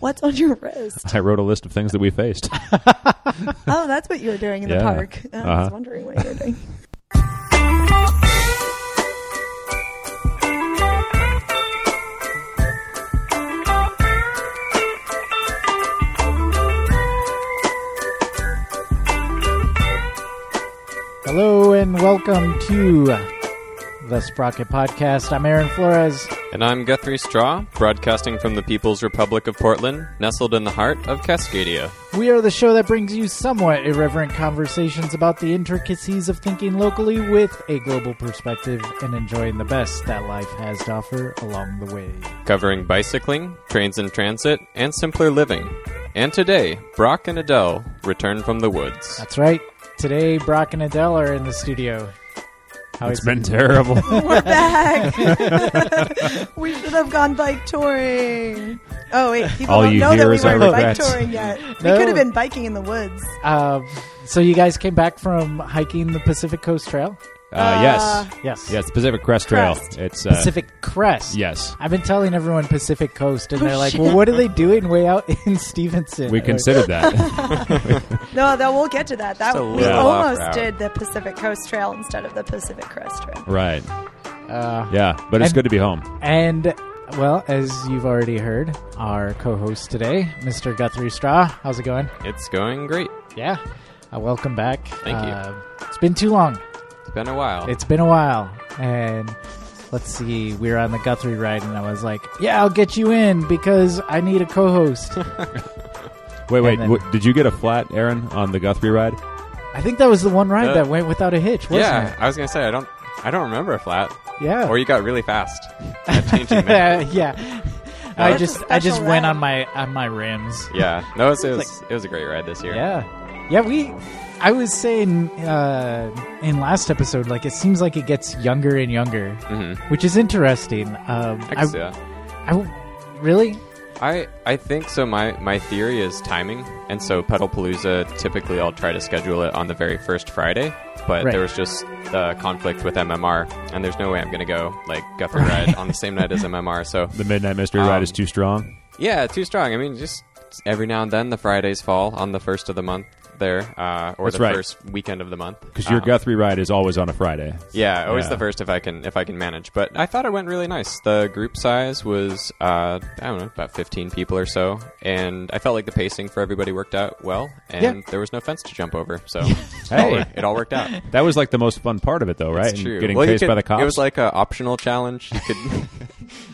What's on your wrist? I wrote a list of things that we faced. Oh, that's what you were doing in Yeah. the park. I Uh-huh. was wondering what you were doing. Hello and welcome to the Sprocket Podcast. I'm Aaron Flores. And I'm Guthrie Straw, broadcasting from the People's Republic of Portland, nestled in the heart of Cascadia. We are the show that brings you somewhat irreverent conversations about the intricacies of thinking locally with a global perspective and enjoying the best that life has to offer along the way. Covering bicycling, trains and transit, and simpler living. And today, Brock and Adele return from the woods. That's right. Today, Brock and Adele are in the studio. How it's is- been terrible. Uh, We're back. we should have gone bike touring. Oh wait, people All don't you know that hear we is our weren't bike regrets. touring yet. We No. could have been biking in the woods. Um, so you guys came back from hiking the Pacific Coast Trail? Uh, yes. Yes. Yes, Pacific Crest Trail. Crest. It's uh, Pacific Crest. Yes. I've been telling everyone Pacific Coast, and Oh, they're like, shit. "Well, what are they doing way out in Stevenson?" We I'm like, considered that. No, though we'll get to that. That Just a we little off almost route. did the Pacific Coast Trail instead of the Pacific Crest Trail. right. Uh, Yeah. But it's And- good to be home. And well, as you've already heard, our co-host today, Mr. Guthrie Straw. How's it going? It's going great. Yeah. Uh, welcome back. Thank you. you. It's been too long. It's been a while. It's been a while. And let's see, we were on the Guthrie ride, and I was like, "Yeah, I'll get you in because I need a co-host." Wait, wait. then- wh- did you get a flat, Aaron, on the Guthrie ride? I think that was the one ride Uh, that went without a hitch, wasn't yeah, it? I was gonna say I don't I don't remember a flat. Yeah. Or you got really fast at changing that. Uh, yeah. I That's a just I just special went ride. on my on my rims. Yeah. No, it was, it was it was a great ride this year. Yeah. Yeah, we I was saying uh, in last episode like it seems like it gets younger and younger, Mm-hmm. which is interesting. Um I, I, guess, yeah. I- really I I think so. My my theory is timing, and so Pedalpalooza typically I'll try to schedule it on the very first Friday, but Right. there was just uh, conflict with MMR, and there's no way I'm going to go like Guthrie ride on the same night as MMR. So The Midnight Mystery Um, ride is too strong. yeah, too strong. I mean, just every now and then the Fridays fall on the first of the month there, uh, or That's the right. first weekend of the month. Because your Um, Guthrie ride is always on a Friday. Yeah, always Yeah. the first if I can if I can manage. But I thought it went really nice. The group size was uh, I don't know about fifteen people or so, and I felt like the pacing for everybody worked out well, and Yeah. there was no fence to jump over, so it, all, Hey. wor- it all worked out. That was like the most fun part of it, though, right? It's And true. Getting Well, you chased could- by the cops. It was like an optional challenge. You could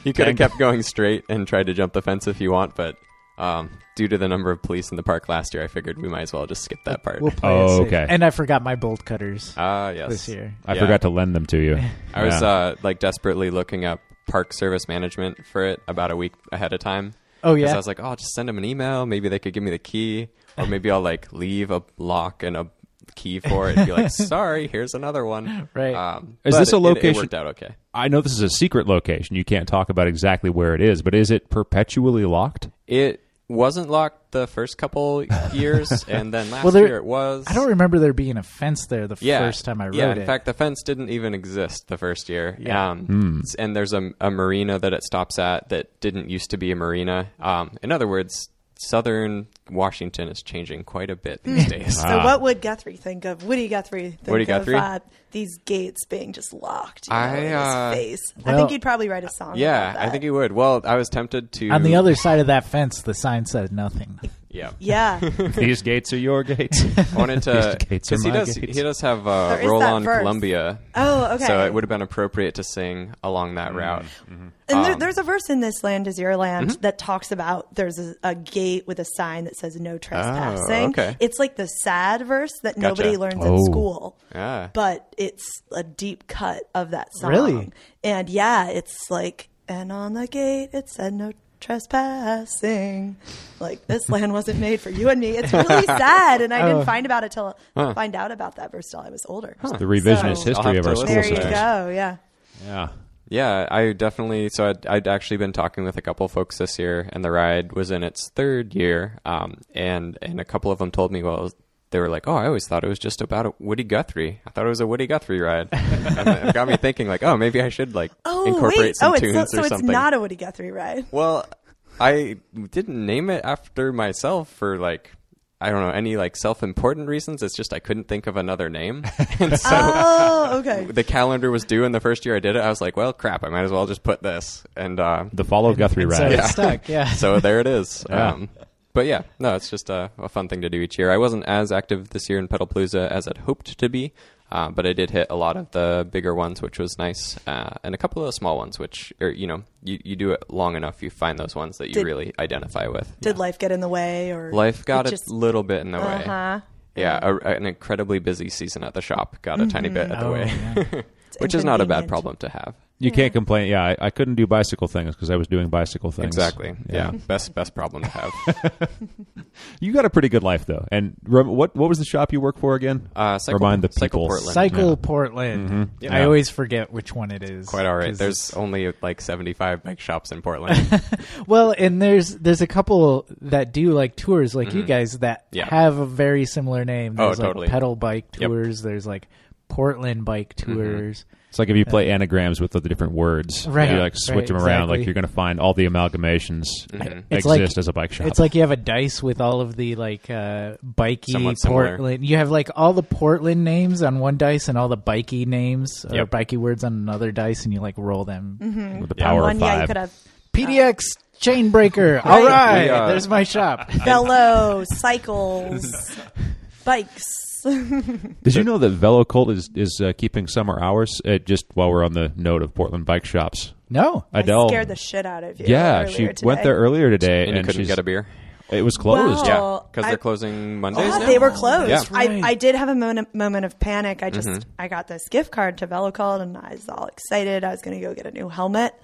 you could have Dang. kept going straight and tried to jump the fence if you want, but. Um, due to the number of police in the park last year, I figured we might as well just skip that part. we'll play Oh, it safe. okay. And I forgot my bolt cutters Ah, yes. this year. I yeah. forgot to lend them to you. I was Yeah. uh, like desperately looking up park service management for it about a week ahead of time. Oh 'Cause yeah. I was like, oh, I'll just send them an email. Maybe they could give me the key, or maybe I'll like leave a lock and a key for it. and Be like, sorry, here's another one. Right. Um, Is but this a it- it- It, location- worked out okay. I know this is a secret location. You can't talk about exactly where it is, but is it perpetually locked? It wasn't locked the first couple years, and then last Well, there- year it was. I don't remember there being a fence there the yeah. first time I rode yeah, it. in fact, the fence didn't even exist the first year. Yeah. Um, Hmm. s- And there's a, a marina that it stops at that didn't used to be a marina. Um, in other words, southern Washington is changing quite a bit Mm. these days. Ah. So what would Guthrie think of? Woody Guthrie think Woody of Guthrie? uh, these gates being just locked you know, I, in his uh, face? I well- think he'd probably write a song. Yeah, about I that. think he would. Well, I was tempted to. on the other side of that fence, the sign said nothing. yeah, Yeah, These gates are your gates. I wanted to These gates are because he my does. gates. He does have uh, There is "Roll that On verse. Columbia." Oh, okay. So it would have been appropriate to sing along Mm. that route. and Um, there, there's a verse in "This Land Is Your Land" Mm-hmm. that talks about there's a, a gate with a sign that says "No trespassing." Oh, okay. It's like the sad verse that Gotcha. nobody learns Oh. in school. Yeah. but it's a deep cut of that song. Really? And yeah, it's like, and on the gate it said no trespassing. Like this land wasn't made for you and me. It's really sad, and I Oh. didn't find about it till find out about that verse till I was older. the revisionist So- I'll history have of to our listen school There to you it. system. go. Yeah. Yeah. Yeah, I definitely. So I'd, I'd actually been talking with a couple folks this year, and the ride was in its third year. Um, and and a couple of them told me, well, they were like, oh, I always thought it was just about a Woody Guthrie. I thought it was a Woody Guthrie ride. and it got me thinking, like, oh, maybe I should like Oh incorporate wait. some oh, it's tunes so, so or it's something. not a Woody Guthrie ride. well, I didn't name it after myself for like I don't know any like self-important reasons. It's just I couldn't think of another name, and so Oh, okay. the calendar was due. And the first year I did it, I was like, well, crap, I might as well just put this. And uh, The follow Guthrie so ride. it's stuck. Yeah. so there it is. Yeah. Um, but yeah, no, it's just a, a fun thing to do each year. I wasn't as active this year in Pedalpalooza as I'd hoped to be, uh, but I did hit a lot of the bigger ones, which was nice, uh, and a couple of small ones, which are, you know, you, you do it long enough, you find those ones that you Did- really identify with. Did life get in the way or Life got it a just- little bit in the way. Uh-huh. Yeah, a, an incredibly busy season at the shop got a tiny bit in the Oh, way, yeah. It's which is not a bad inconvenient. problem to have. You can't complain. Yeah, I, I couldn't do bicycle things because I was doing bicycle things. Exactly. Yeah. best best problem to have. You got a pretty good life though. And rem- what what was the shop you work for again? Uh, Cycle- Remind the Cycle people. Portland. Mm-hmm. Cycle Portland. Yeah. I always forget which one it is. Quite all right. 'cause There's only like 75 bike shops in Portland. Well, and there's there's a couple that do like tours like you guys that Mm-hmm. Yeah. have a very similar name. Oh, There's like totally. pedal bike Yep. Mm-hmm. tours, there's like Portland bike tours. It's like if you play anagrams with the different words, Right. You like Yeah. switch Right, them around. exactly. Like you're going to find all the amalgamations that exist It's like- as a bike shop. It's like you have a dice with all of the like uh bikey Somewhat similar. Portland. You have like all the Portland names on one dice and all the bikey names or Yep. bikey words on another dice and you like roll them. with the Yeah. power One, of yeah, you five. could have PDX Chainbreaker. All Right. right. We, uh, there's my shop. Velo, cycles, bikes. Did you know that Velocult is is uh, keeping summer hours? Uh, just while we're on the note of Portland bike shops, No. I Adele scared the shit out of you. Yeah, earlier she today. went there earlier today, and you couldn't she's- get a beer. It was closed. Wow. Yeah, Oh, because I- they're closing Mondays Oh, now. they were closed. Yeah. I, right. I did have a moment, moment of panic. I just Mm-hmm. I got this gift card to VeloCall and I was all excited. I was going to go get a new helmet,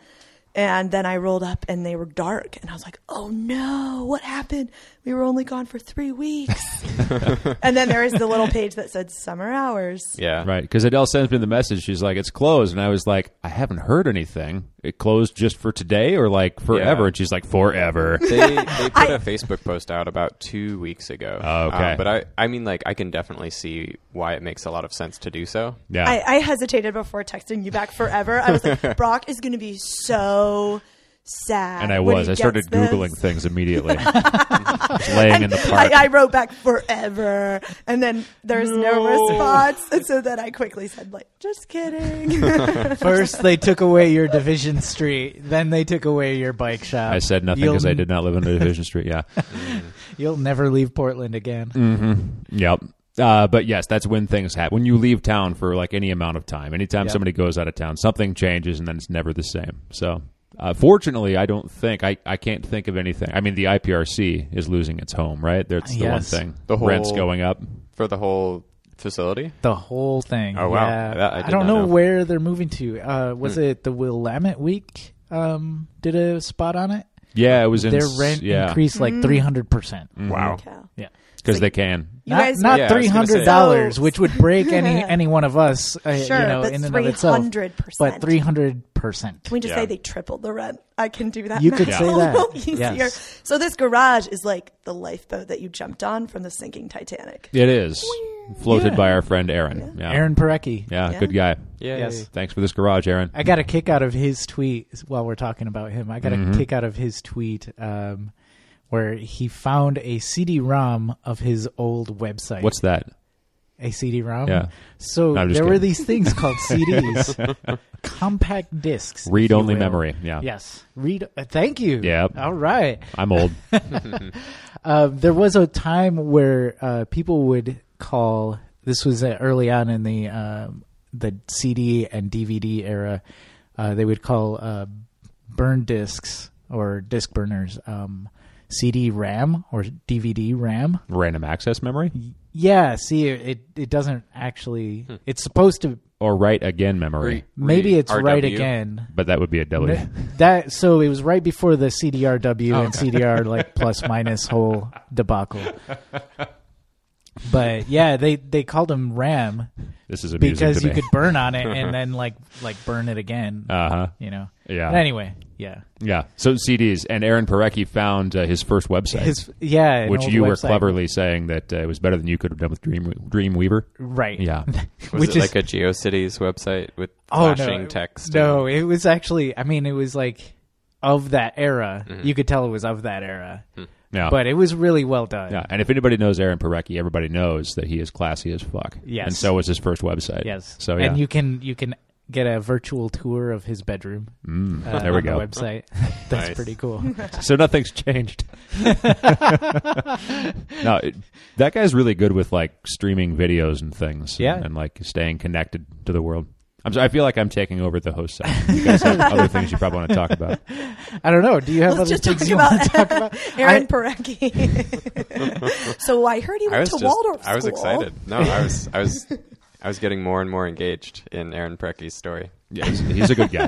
and then I rolled up and they were dark, and I was like, "Oh no, what happened? We were only gone for three weeks." and then there was the little page that said "summer hours." Yeah. Right, because Adele sends me the message. She's like, "It's closed," and I was like, "I haven't heard anything. It closed just for today, or like forever?" Yeah. And she's like, "Forever." They, they put I- a Facebook post out about two weeks ago. Um, Oh, okay. but I, I mean, like, I can definitely see why it makes a lot of sense to do so. yeah, I, I hesitated before texting you back forever. I was like, Brock is going to be so sad. and I when was. he I started gets this." googling things immediately, Just laying in the park. I, I wrote back forever, and then there's no. response, and so then I quickly said like, "Just kidding." First, they took away your Division Street. Then they took away your bike shop. I said nothing because I did not live on Division Street. Yeah, You'll never leave Portland again. Yep. Uh, but yes, that's when things happen. When you leave town for like any amount of time, anytime Yep. somebody goes out of town, something changes and then it's never the same. So, uh, fortunately, I don't think I, I can't think of anything. I mean, the IPRC is losing its home, right? That's the Yes. one thing. The whole- rent's going up. For the whole facility? The whole thing. Oh, wow. Yeah. That I I, did don't not know, know. where they're moving to. Uh, was it the Willamette Week? Um, did a spot on it. Yeah, it was in Their s- rent yeah, increased Mm. like three hundred percent. Wow. Yeah. because they can. You not guys, not Yeah, I three was gonna say- hundred dollars, So- which would break any any one of us. Uh, Oh. Sure, you know, but in and of itself. 300%. But three hundred percent. can we just Yeah. say they tripled the rent? I can do that. You math could say a little that. easier. Yes. So this garage is like the lifeboat that you jumped on from the sinking Titanic. It is floated Yeah. by our friend Aaron. Yeah, Aaron Parecki. Yeah, Yeah. good guy. Yeah. Yes. Thanks for this garage, Aaron. I got a kick out of his tweet while we're talking about him. I got Mm-hmm. a kick out of his tweet um, where he found a CD-ROM of his old website. What's that? a CD-ROM? Yeah. So No, there I'm just were kidding. these things called CDs, compact discs, if Read-only you will. memory, yeah. Yes. Read. Uh, thank you. Yep. All right. I'm old. Uh, there was a time where uh, people would call. This was uh, early on in the um, the CD and DVD era. Uh, they would call uh, burn discs or disc burners um, CD RAM or DVD RAM. Random access memory Yeah, see, it it doesn't actually. It's supposed to. or write again memory, Maybe it's right RW. again. but that would be a W. That so it was right before the Oh, CDRW and CDR like plus minus whole debacle. But yeah, they they called them RAM This is amusing because to you me. could burn on it and then like like burn it again. Uh huh. you know. Yeah. But anyway, yeah. Yeah. So CDs and Aaron Parecki found uh, his first website, His yeah, an which old you were website. cleverly saying that uh, it was better than you could have done with Dream Dreamweaver. right? Yeah. Was Which it is- like a GeoCities website with oh flashing no, text? No, it was actually. I mean, it was like of that era. Mm-hmm. You could tell it was of that era, Yeah. but uh, it was really well done. Oh. yeah. And if anybody knows Aaron Parecki, everybody knows that he is classy as fuck. Yes. And so was his first website. Yes. So yeah. and you can you can get a virtual tour of his bedroom. Mm, uh, there we on the go. website. That's Nice. pretty cool. so nothing's changed. no, it, that guy's really good with like streaming videos and things. and- Yeah. and, like staying connected to the world. I'm sorry, I feel like I'm taking over the host side. You guys have other things you probably want to talk about. I don't know. Do you have Let's other just things talk you want about, to talk about? Aaron I- Parecki. so I heard he I went was to just, Waldorf I was school. excited. No, I was, I was, I was getting more and more engaged in Aaron Precky's story. Yeah, he's, he's a good guy.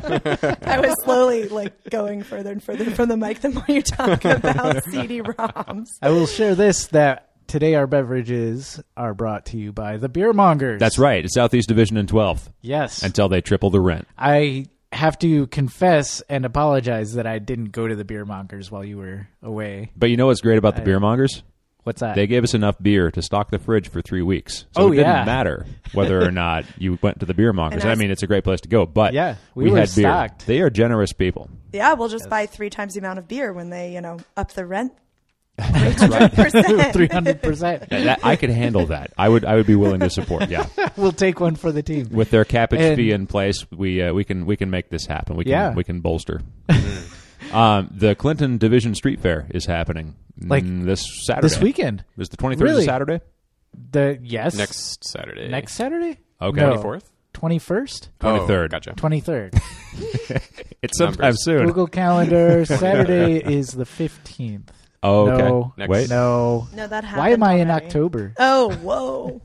I was slowly like going further and further from the mic the more you talk about CD-ROMs. I will share this that today our beverages are brought to you by the beer mongers. That's right. It's Southeast Division in 12th Yes. until they triple the rent. I have to confess and apologize that I didn't go to the beer mongers while you were away. But you know what's great about the beer mongers? What's that? They gave us enough beer to stock the fridge for three weeks. So Oh, it didn't yeah. matter whether or not you went to the beer mongers. And I I mean, it's a great place to go, but Yeah, we were had beer. stocked. They are generous people. Yeah, we'll just buy three times the amount of beer when they, you know, up the rent. 300%. Three hundred percent. Yeah, that- I could handle that. I would. I would be willing to support. Yeah, We'll take one for the team. with their cabbage And- fee in place, we uh, we can we can make this happen. We can Yeah. Mm. we can bolster. um, the Clinton Division Street Fair is happening Like, mm, this Saturday. This weekend, is the twenty third Really? Saturday. the yes Next Saturday, next Saturday. Okay. 24th, twenty first, 23rd. Gotcha. twenty third. It's Numbers. sometime soon. Google Calendar. Saturday is the fifteenth. Oh, okay. No. Next- Wait, No, No, that happened. why am I in already. October? Oh, whoa.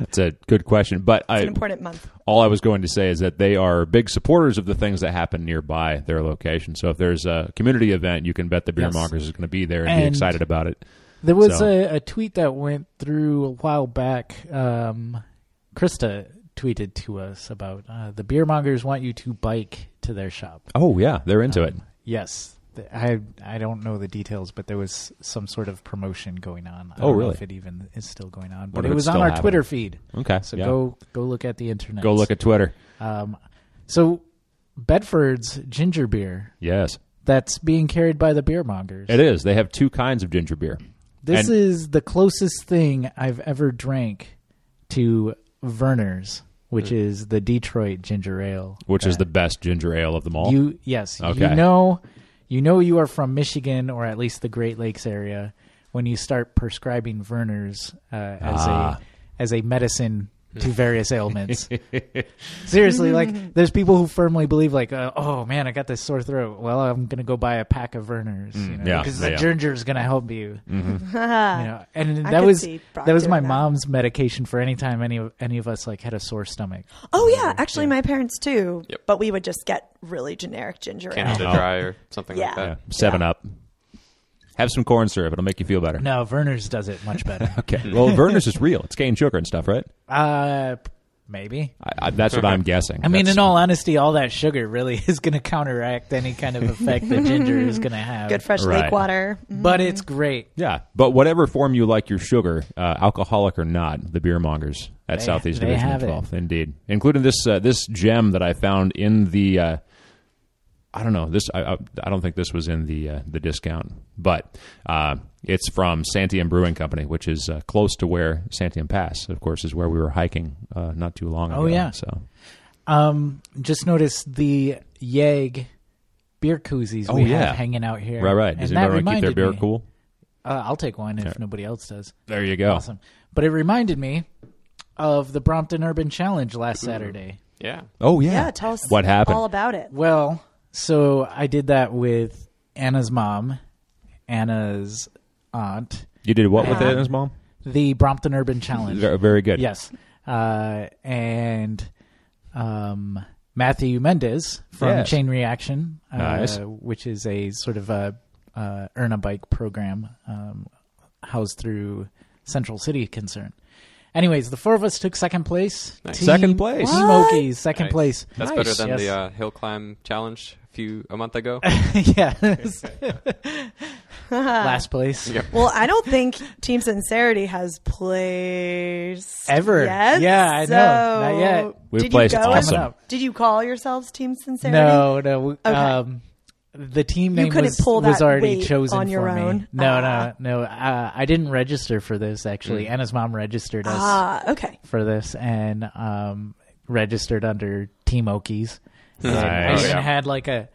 it's a good question. But It's an I, important month. all I was going to say is that they are big supporters of the things that happen nearby their location. So if there's a community event, you can bet the beer Yes. mongers is going to be there and, be And- excited about it. There was So- a, a tweet that went through a while back. Um, Krista tweeted to us about uh, the beer mongers want you to bike to their shop. Oh yeah, they're into it. Yes, Th- I I don't know the details, but there was some sort of promotion going on. I Oh, don't know really? if it even is still going on, but Wonder it if was it's on still our happening. Twitter feed. Okay, Um, So yeah. go go look at the internet. go look at Twitter. Um, so Bedford's ginger beer Yes, that's being carried by the beer mongers. it is. They have two kinds of ginger beer. This And- is the closest thing I've ever drank to Verner's, which is the Detroit ginger ale. Mm. which is that the best ginger ale of them all. you yes, you Okay. know you know you are from Michigan or at least the Great Lakes area when you start prescribing Verner's uh, as Ah. a as a medicine to various ailments. Seriously, like there's people who firmly believe like uh, oh man, I got this sore throat. Well, I'm going to go buy a pack of Verner's, you know, Mm, yeah, because yeah, Mm-hmm. the yeah. ginger is going to help you you know, and Uh, I that could was see Brock that was doing my that. mom's medication for any time any of any of us like had a sore stomach. oh, yeah. Actually, my parents too. Yep. But we would just get really generic ginger ale. Canada Oh. Dry or something Yeah. like Yeah, that. seven up. Have some corn syrup; it'll make you feel better. No, Verner's does it much better. Okay. Well, Verner's is real. It's cane sugar and stuff, right? uh, p- maybe. I, I, that's what I'm guessing. I mean, That's- in all honesty, all that sugar really is going to counteract any kind of effect that ginger is going to have. Good fresh Right. lake water. Mm. but it's great. yeah. But whatever form you like your sugar, uh, alcoholic or not, the beer mongers at They- Southeast they Division have it. 12, indeed, including this uh, this gem that I found in the. Uh, I don't know this. I, I, I don't think this was in the uh, the discount, but uh, it's from Santiam Brewing Company, which is uh, close to where Santiam Pass, of course, is where we were hiking uh, not too long ago. Oh, yeah. So Um, just notice the Yag beer koozies Oh, we yeah. have hanging out here. right, right. And Does that everyone keep their reminded beer me- cool? Uh, I'll take one if nobody else does. There you go. Awesome. But it reminded me of the Brompton Urban Challenge last Saturday. Yeah. Oh yeah. Yeah, tell us what happened. all about it. Well, so I did that with Anna's mom, Anna's aunt, you did what with Yeah. it, his mom? the Brompton Urban Challenge. Ver- Very good. Yes. Uh, and um, Matthew Mendez from Yes. Chain Reaction, uh, Nice. which is a sort of a uh, earn a bike program um, housed through Central City Concern. Anyways, the four of us took second place. Nice. Team Second place. What? Smokies, second Nice. place. That's Nice. better than Yes. the uh, hill climb challenge a few a month ago. yes. Last place. Well, I don't think Team Sincerity has placed Ever. Yet, Yeah, I know. so Not yet. We've did placed you go awesome. Did you call yourselves Team Sincerity? No, no. we- Okay. Um, the team You name couldn't was, pull was that already weight chosen on your for me. own? No, Ah. no, no. Uh, I didn't register for this actually. Anna's mom registered us Ah, okay. for this and um, registered under Team Okies. And I Nice. even Oh, yeah. had like a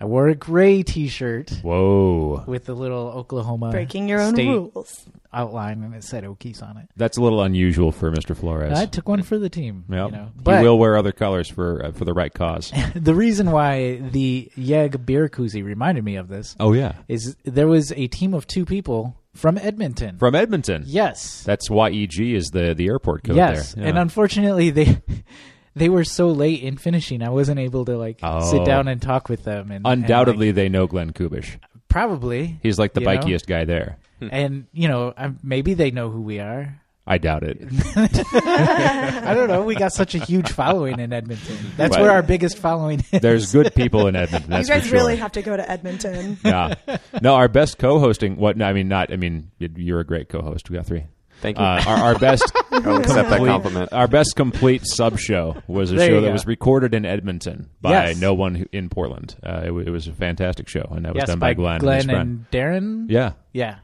I wore a gray T-shirt Whoa. with the little Uh, Oklahoma Breaking your own state rules. outline, and it said Okies on it. That's a little unusual for Mr. Flores. I took one for the team. Yep. You know. he But will wear other colors for uh, for the right cause. the reason why the Yeg beer koozie reminded me of this oh yeah, is there was a team of two people from Edmonton. from Edmonton. yes. That's YEG is the the airport code yes. there. Yeah. And unfortunately, they they were so late in finishing, I wasn't able to like Oh. sit down and talk with them. And Undoubtedly, and, they know Glenn Kubish. like, probably. He's like the you know? bikiest guy there. and you know I- maybe they know who we are. I doubt it. I don't know. We got such a huge following in Edmonton. That's Right. where our biggest following is. There's good people in Edmonton. That's you guys for sure. really have to go to Edmonton. yeah. No, our best co-hosting. What? no, I mean, not. I mean, y- you're a great co-host. We got three. Thank you. Uh, our, our best. I'll accept that complete- compliment. Our best complete sub show was a There show you that go. was recorded in Edmonton by Yes. no one who- in Portland. Uh, it, w- it was a fantastic show, and that was yes, done by by Glenn, and his Glenn friend. and Darren. Yeah,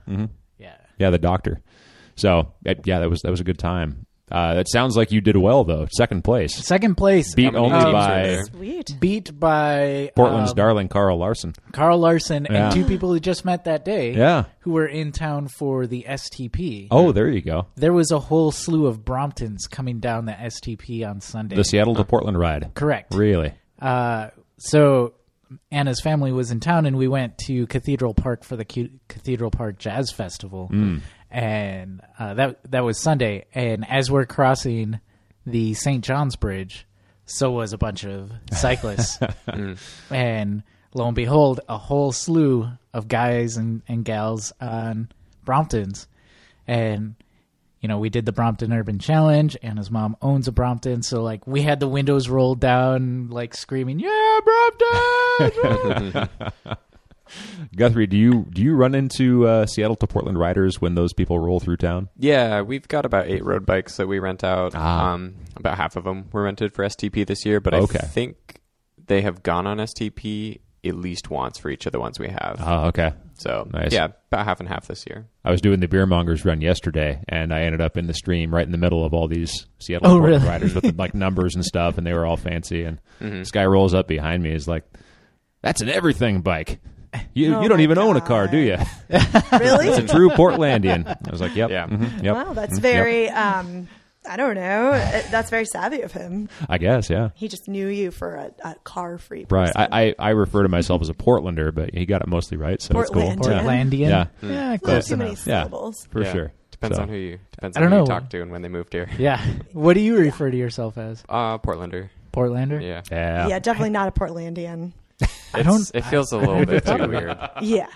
Mm-hmm. Yeah. Yeah. yeah, the doctor. So uh, yeah, that was that was a good time. Uh, that sounds like you did well though. Second place, Second place. beat only teams are by there? Sweet. beat by Portland's um, darling Carl Larson. Carl Larson Yeah. and two people who just met that day. Yeah. Who were in town for the STP. Oh, there you go. There was a whole slew of Bromptons coming down the STP on Sunday. The Seattle to Portland ride. Correct. Really? Uh, so Anna's family was in town, and we went to Cathedral Park for the Cu- Cathedral Park Jazz Festival, and uh, that that was Sunday. And as we're crossing the St. John's Bridge, so was a bunch of cyclists, and lo and behold, a whole slew of guys and, and gals on Bromptons, and you know, we did the Brompton Urban Challenge, and his mom owns a Brompton, so like we had the windows rolled down, like screaming, "Yeah, Brompton!" Guthrie, do you do you run into uh, Seattle to Portland riders when those people roll through town? Yeah, we've got about eight road bikes that we rent out. Ah. Um, about half of them were rented for STP this year, but Okay. I think they have gone on STP at least once for each of the ones we have. Oh, okay. so nice. yeah, about half and half this year. I was doing the beer mongers run yesterday, and I ended up in the stream right in the middle of all these Seattle Oh, Portland really? riders with like numbers and stuff, and they were all fancy. And Mm-hmm. this guy rolls up behind me, is like, "That's an everything bike. You Oh you don't my even own a car, do you? God. Really? It's a true Portlandian." I was like, "Yep, Yeah. mhm, yep, Wow, that's mhm, yep. very. Um, I don't know. Uh, That's very savvy of him. I guess, yeah." He just knew you for a, a car free. Right. I, I, I refer to myself as a Portlander, but he got it mostly right, so it's cool. Portlandian. Yeah. Portlandian, Yeah. yeah, Well, close too many enough. Yeah. syllables. for Yeah. sure. Depends So- on who you depends I on who don't you know. talk to and when they moved here. Yeah, what do you refer to yourself as, Uh, Portlander. Portlander? Yeah, Yeah. Yeah. definitely not a Portlandian. I don't. It's- it feels a little bit too weird. Yeah,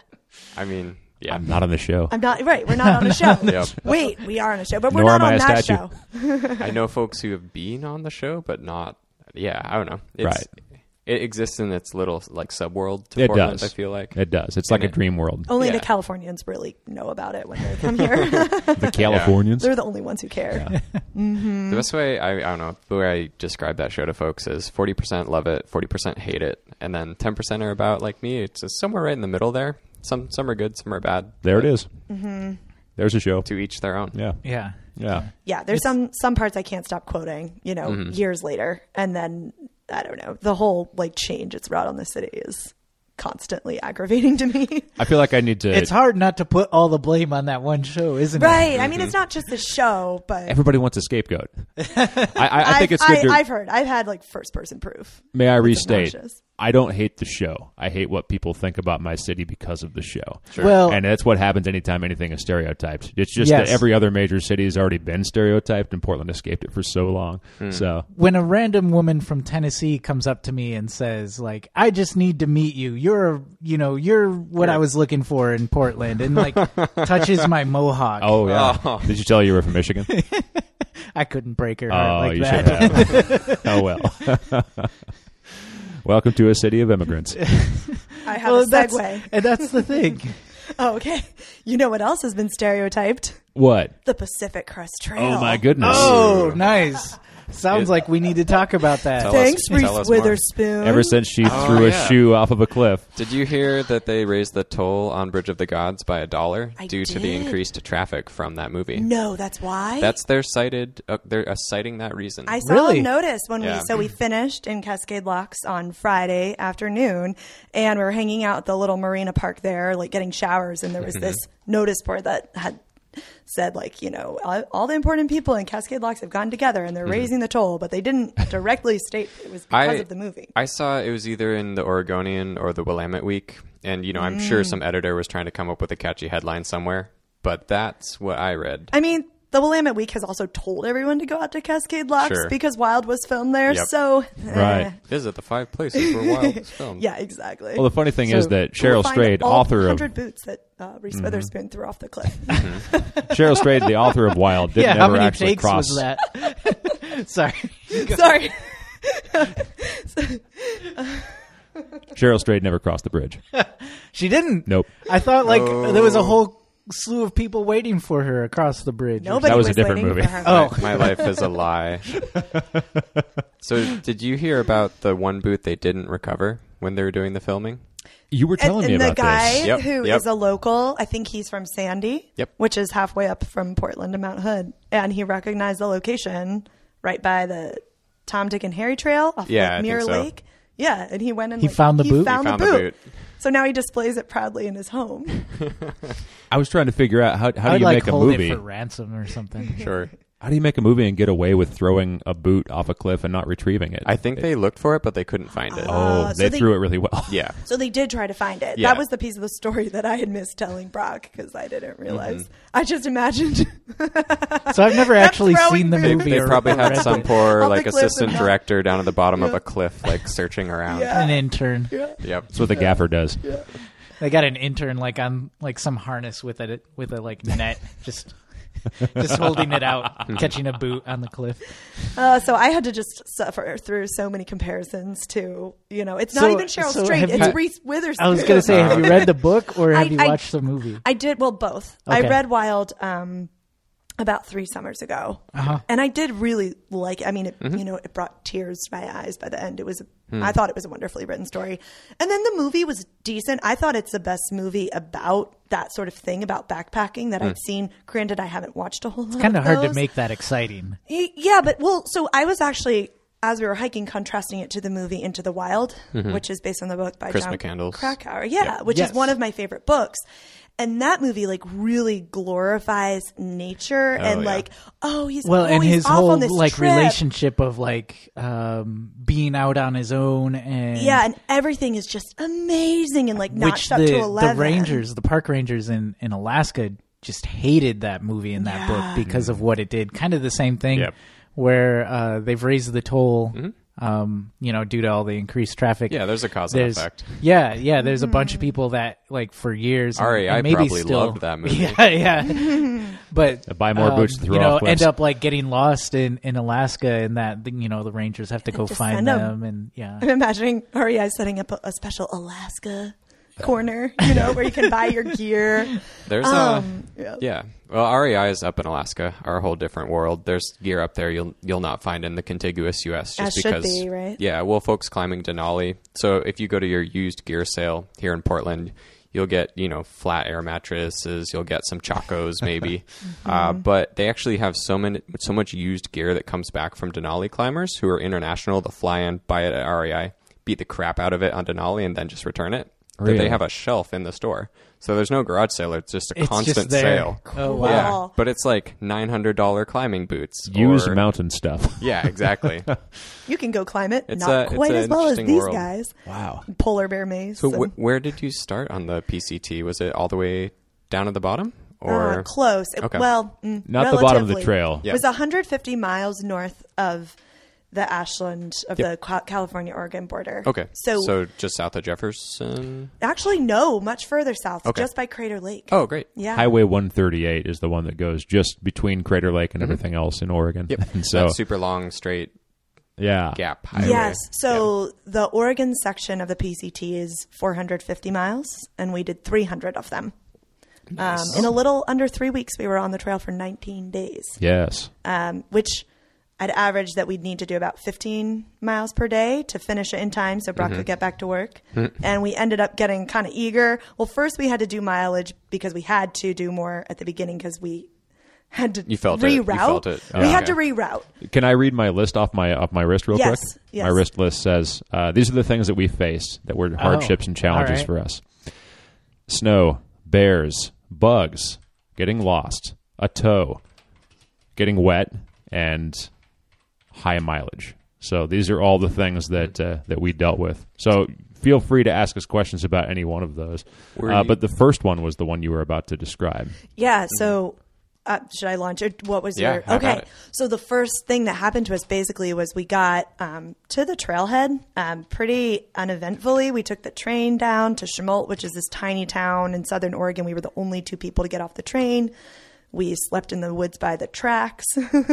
I mean, yeah, I'm not on the show. I'm not right. We're not on a show. Yeah. Wait, we are on a show, but we're Nor not am I on a that statue. show. I know folks who have been on the show, but not. Yeah, I don't know. It's, It exists in its little like subworld to It Portland. does. I feel like. It does. It's like a And it- dream world. Only Yeah. the Californians really know about it when they come here. The Californians. They're the only ones who care. The best way I, I don't know the way I describe that show to folks is forty percent love it, forty percent hate it, and then ten percent are about like me. It's just somewhere right in the middle there. Some some are good, some are bad. There it But is. There's a show. To each their own. Yeah. yeah. Yeah. Yeah, there's some some parts I can't stop quoting. You know, years later, and then I don't know the whole like change it's wrought on the city is constantly aggravating to me. I feel like I need to. It's hard not to put all the blame on that one show, isn't it? right. I mean, it's not just the show, but Everybody wants a scapegoat. I, I, I think I've- it's good to. I've heard. I've had like first person proof. may I restate? obnoxious. I don't hate the show. I hate what people think about my city because of the show. Well- and that's what happens anytime anything is stereotyped. It's just Yes. that every other major city has already been stereotyped, and Portland escaped it for so long. So When a random woman from Tennessee comes up to me and says, "Like, I just need to meet you. You're, a- you know, you're what I was looking for in Portland," and like touches my mohawk. Oh yeah. Did you tell you were from Michigan? oh, I couldn't break her heart like you that. should have. oh well. Welcome to a city of immigrants. I have a that's, segue. and that's the thing. Oh, okay. You know what else has been stereotyped? What? The Pacific Crest Trail. Oh my goodness. oh, nice. Sounds like we need to talk about Tell that. us- Thanks, tell us Reese more. Witherspoon. Ever since she Oh, threw yeah. a shoe off of a cliff. Did you hear that they raised the toll on Bridge of the Gods by a dollar I due to the did. increased traffic from that movie? no, that's why. That's their cited. Uh, they're uh, citing that reason. I saw Really? a notice when Yeah. we so we finished in Cascade Locks on Friday afternoon, and we were hanging out at the little marina park there, like getting showers, and there was this notice board that had said like you know all- all the important people in Cascade Locks have gotten together and they're raising the toll, but they didn't directly state it was because Mm-hmm. I- of the movie. I saw it was either in the Oregonian or the Willamette Week, and you know I'm Mm. sure some editor was trying to come up with a catchy headline somewhere, but that's what I read. I mean, the Willamette Week has also told everyone to go out to Cascade Locks Sure. because Wild was filmed there, Yep. so eh. Eh. Right. Visit the five places where Wild was filmed. yeah, exactly. Well, the funny thing is So- that Cheryl Find Strayed, all author of 100 boots that uh, Reese Mm-hmm. Witherspoon threw off the cliff. Cheryl Strayed, the author of Wild, did yeah, never how many actually takes cross. was that? Sorry. Sorry. Cheryl Strayed never crossed the bridge. She didn't. Nope. I thought like there was a whole slew of people waiting for her across the bridge. Nobody That was a was, different waiting movie. for her. Oh. My life is a lie. so, did you hear about the one boot they didn't recover when they were doing the filming? You were And, telling and me the about guy this. Yep, who is yep. a local, I think he's from Sandy, Yep. which is halfway up from Portland to Mount Hood, and he recognized the location right by the Tom, Dick, and Harry Trail off Yeah, I like think Mirror so. Lake. Yeah, and he went and He like, found the boot? He Found found the the boot. boot. So now he displays it proudly in his home. I was trying to figure out how, how do I'd you like make a hold movie? it for ransom or something. Sure. How do you make a movie and get away with throwing a boot off a cliff and not retrieving it? I think they looked for it, but they couldn't find it. Oh, Ah, Uh, so they, they- threw it really well. Yeah. So they did try to find it. Yeah. That was the piece of the story that I had missed telling Brock because I didn't realize. Mm-hmm. I just imagined So I've never actually throwing seen the They, movie. they or- probably or had read some it. poor Up the like cliff and assistant down. director down at the bottom of a cliff, like searching around. Yeah. an intern. Yep. That's what the gaffer does. They got an intern like on like some harness with a with a like net just just holding it out, catching a boot on the cliff. Uh, so I had to just suffer through so many comparisons to, you know, it's not So- even Cheryl so Strait, have it's you- Reese Witherspoon. I was gonna say, have you read the book or I- have you I- watched the movie? I did well both. Okay. I read Wild um, about three summers ago, Uh-huh. and I did really like. I mean, it, Mm-hmm. you know, it brought tears to my eyes by the end. It was, Hmm. I thought it was a wonderfully written story, and then the movie was decent. I thought it's the best movie about that sort of thing about backpacking that I've seen. Granted, I haven't watched a whole lot. Kind of Hmm. hard to those. make that exciting. Y- Yeah, but well, so I was actually as we were hiking contrasting it to the movie Into the Wild, which is based on the book by Chris John McCandless. Krakauer. Yeah, which Yes. is one of my favorite books. And that movie like really glorifies nature and yeah. like oh he's well oh, and he's his off whole on this like trip. relationship of like um being out on his own and Yeah, and everything is just amazing and like which notched up the, to eleven. the rangers the park rangers in in alaska just hated that movie and that book because of what it did kind of the same thing Mm. Yep. Mm-hmm. where uh they've raised the toll um you know due to all the increased traffic Yeah, there's a cause and effect. yeah yeah there's a bunch Mm. of people that like for years and- REI and maybe probably still, loved that movie. yeah yeah but um, Buy more boots to throw you know, off cliffs. end up like getting lost in, in Alaska, and that you know the rangers have to go just find send 'em. them, and yeah, I'm imagining REI setting up a, a special Alaska corner, you know, where you can buy your gear. There's uh, Um, a yeah. yeah. Well, REI is up in Alaska, our whole different world. There's gear up there you'll you'll not find in the contiguous U.S. As just should because be, right? yeah. Well, folks climbing Denali. So if you go to your used gear sale here in Portland, you'll get you know flat air mattresses. You'll get some chacos maybe, Mm-hmm. uh, but they actually have so many so much used gear that comes back from Denali climbers who are international. They'll fly in, buy it at REI, beat the crap out of it on Denali, and then just return it. That Really? They have a shelf in the store. So there's no garage sale. It's just a it's just constant there. sale. Oh wow, Yeah. Yeah, but it's like nine hundred dollar climbing boots. Use or- mountain stuff. Yeah, exactly. You can go climb it, It's a- not it's quite a as well as interesting these world. guys. Wow. Polar bear maze. so and- wh- where did you start on the PCT? Was it all the way down at the bottom, Uh, or close. It- Okay. Well, mm, Not the bottom of the relatively. trail. Yeah. It was 150 miles north of the Ashland of the Ca- California Oregon border. okay? So, so just south of Jefferson. actually, no, much further south, Okay. just by Crater Lake. Oh, great. yeah. Highway 138 is the one that goes just between Crater Lake and everything else in Oregon. Mm-hmm. Yep. And so, That super long straight yeah. gap highway. Yes. So the Oregon section of the PCT is 450 miles, and we did 300 of them. Um, in a little under three weeks, we were on the trail for 19 days. Yes. um, which I'd average that we'd need to do about 15 miles per day to finish it in time so Mm-hmm. Brock could get back to work. and we ended up getting kind of eager. Well, first we had to do mileage because we had to do more at the beginning because we had to You felt it. reroute. You felt it. we Oh, had to okay. reroute. Can I read my list off my off my wrist real Yes, quick? yes. My wrist list says uh, these are the things that we face that were hardships and challenges all right. for us: snow, bears, bugs, getting lost, a toe, getting wet, and high mileage. So these are all the things that uh, that we dealt with. So feel free to ask us questions about any one of those. Were Uh, you- but the first one was the one you were about to describe. Yeah. So, uh, should I launch it? What was Mm-hmm. Yeah, your have at okay? it. So the first thing that happened to us basically was we got um, to the trailhead um, pretty uneventfully. We took the train down to Chemolt, which is this tiny town in southern Oregon. We were the only two people to get off the train. We slept in the woods by the tracks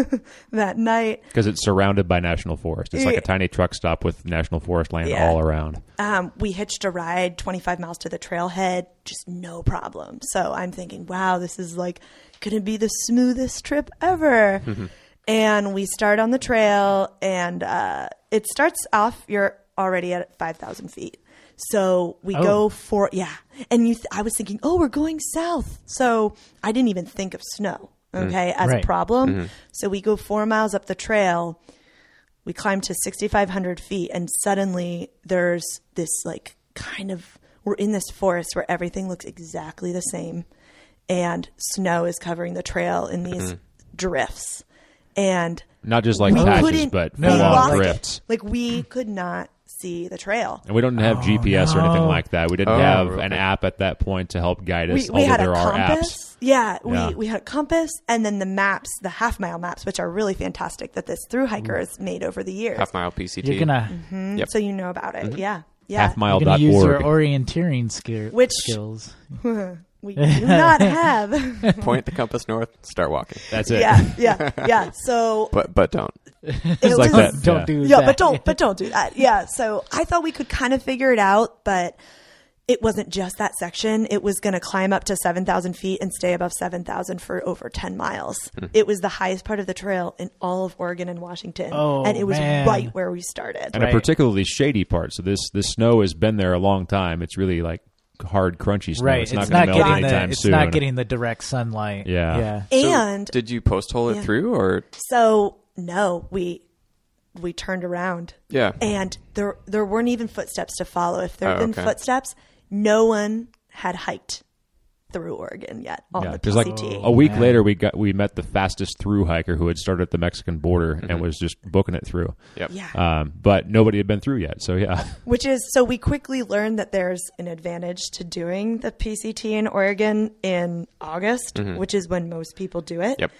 that night. Because it's surrounded by national forest. It's like Yeah. a tiny truck stop with national forest land Eh. Yeah. all around. um, we hitched a ride 25 miles to the trailhead, just no problem. So I'm thinking, wow, this is like going to be the smoothest trip ever. and we start on the trail, and uh, it starts off, you're already at 5,000 feet. So we go for, yeah. And you th- I was thinking, oh, we're going south. So I didn't even think of snow, okay, as Right. a problem. So we go four miles up the trail we climbed to 6500 feet and suddenly there's this like kind of we're in this forest where everything looks exactly the same and snow is covering the trail in these drifts and Not just like patches, couldn't but we full lost on it. drifts. like we could not see the trail And we don't Oh, have GPS or anything no. like that. We didn't Oh, have okay. an app at that point to help guide us, we, we although had there a are apps. compass. Yeah, Yeah. we we had a compass, and then the maps, the half mile maps, which are really fantastic that this through Mm-hmm. hiker has made over the years. Half mile PCT. You're gonna Mm-hmm. Yep. So you know about Mm-hmm. it. Yeah, yeah. you're gonna use your Halfmile.org. orienteering skill Which- skills. we do not have. Point the compass north. Start walking. That's it. Yeah, yeah, yeah. So But but don't. it like was- that. Don't Yeah. do Yeah, that. but don't, but don't do that. Yeah. So I thought we could kind of figure it out, but it wasn't just that section. It was going to climb up to seven thousand feet and stay above seven thousand for over ten miles. It was the highest part of the trail in all of Oregon and Washington, Oh, and it was man. right where we started. And Right. a particularly shady part. So this this snow has been there a long time. It's really like hard, crunchy snow. right. It's not going to not, melt getting the anytime it's soon. not getting the direct sunlight. Yeah. yeah. So And did you post hole it Yeah. through or so no, we we turned around. yeah? and there there weren't even footsteps to follow. If there had Oh, been okay. footsteps, no one had hiked through Oregon yet on Yeah, the 'cause, like, PCT. A week later, we got we met the fastest through hiker who had started at the Mexican border Mm-hmm. and was just booking it through. Yep. yeah, Um, but nobody had been through yet. So yeah, which is so we quickly learned that there's an advantage to doing the PCT in Oregon in August, which is when most people do it. Mm-hmm. Yep.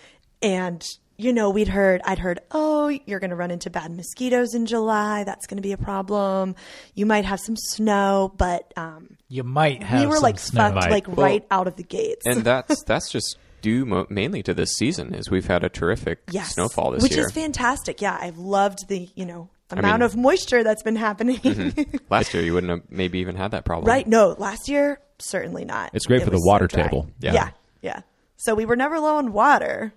And you know, we'd heard I'd heard, "Oh, you're going to run into bad mosquitoes in July. That's going to be a problem. You might have some snow, but um You might have. we were some like snow. fucked like Well, right out of the gates. and that's that's just due mo- mainly to this season is we've had a terrific yes. snowfall this which year. is fantastic. Yeah, I've loved the you know amount mean- Mm-hmm. of moisture that's been happening. Last year you wouldn't have maybe even had that problem. right? No, last year certainly not. It's great for the was so water dry. table. Yeah. yeah, yeah. So we were never low on water,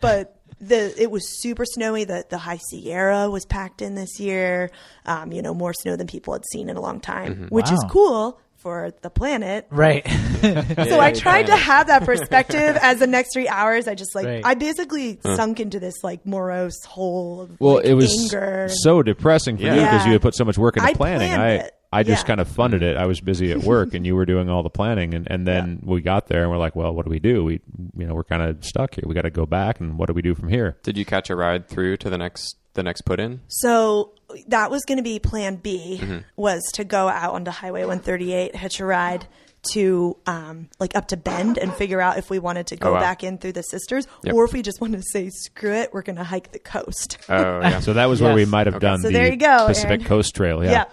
but the it was super snowy. The the High Sierra was packed in this year. Um, you know, more snow than people had seen in a long time, Mm-hmm. which is Wow. cool for the planet. Right. Oh, So I tried to have that perspective as the next three hours. I just like Right. I basically sunk into this like morose hole of Well, like, it was anger. so depressing for you 'cause you Yeah. because you had put so much work into I planning. planned I it. I just Yeah. kind of funded it. I was busy at work, and you were doing all the planning. And, and then we got there, and we're like, "Well, what do we do? We you know we're kind of stuck here. We got to go back, and what do we do from here?" Did you catch a ride through to the next the next put in? So that was going to be plan B was to go out onto Highway 138, hitch a ride to um, like up to Bend and figure out if we wanted to go Oh, wow. back in through the sisters Yep. or if we just wanted to say, screw it, we're going to hike the coast. Oh yeah. So that was where we Yes. might have done So the there you go, Pacific Aaron. Coast Trail. Yeah. Yeah.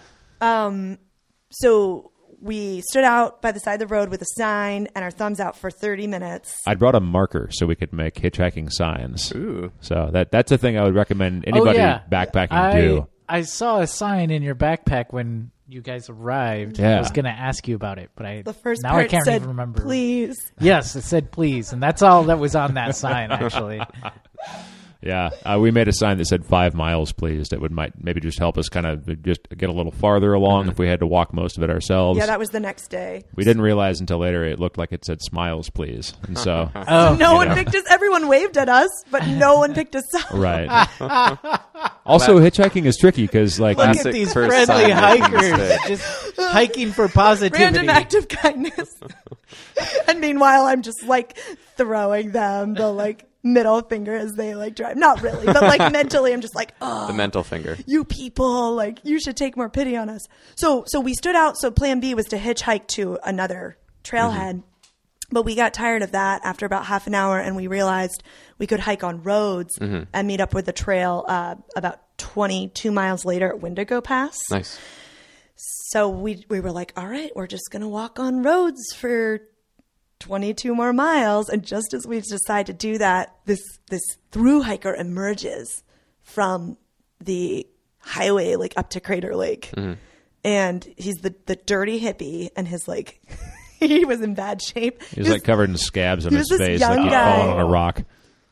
Um, so we stood out by the side of the road with a sign and our thumbs out for 30 minutes. I brought a marker so we could make hitchhiking signs. Ooh. So that that's a thing I would recommend anybody oh, yeah. backpacking I, do. I saw a sign in your backpack when you guys arrived. Yeah. I was going to ask you about it, but I The first now part I can't said, even remember. please. Yes, it said please, and that's all that was on that sign actually. Yeah, uh, we made a sign that said five miles, please. That would might maybe just help us kind of just get a little farther along if we had to walk most of it ourselves. Yeah, that was the next day. we didn't realize until later it looked like it said smiles, please. And so, no one picked us. Everyone waved at us, but no one picked us up. right. also, hitchhiking is tricky because like Look you- at Classic these first friendly sign of hikers mistake. just hiking for positivity. Random act of kindness. and meanwhile, I'm just like throwing them the like middle finger as they like drive. Not really, but like mentally, I'm just like, oh, The mental finger. you people, like you should take more pity on us. So, so we stood out. So plan B was to hitchhike to another trailhead. But we got tired of that after about half an hour, and we realized we could hike on roads and meet up with the trail uh, about 22 miles later at Wendigo Pass. Nice. So we we were like, all right, we're just gonna walk on roads for 22 more miles. And just as we decide to do that, this this through hiker emerges from the highway, like up to Crater Lake, Mm-hmm. and he's the the dirty hippie, and his like he was in bad shape. he's His- like covered in scabs on he his was this face, young like he'd guy. fallen on a rock.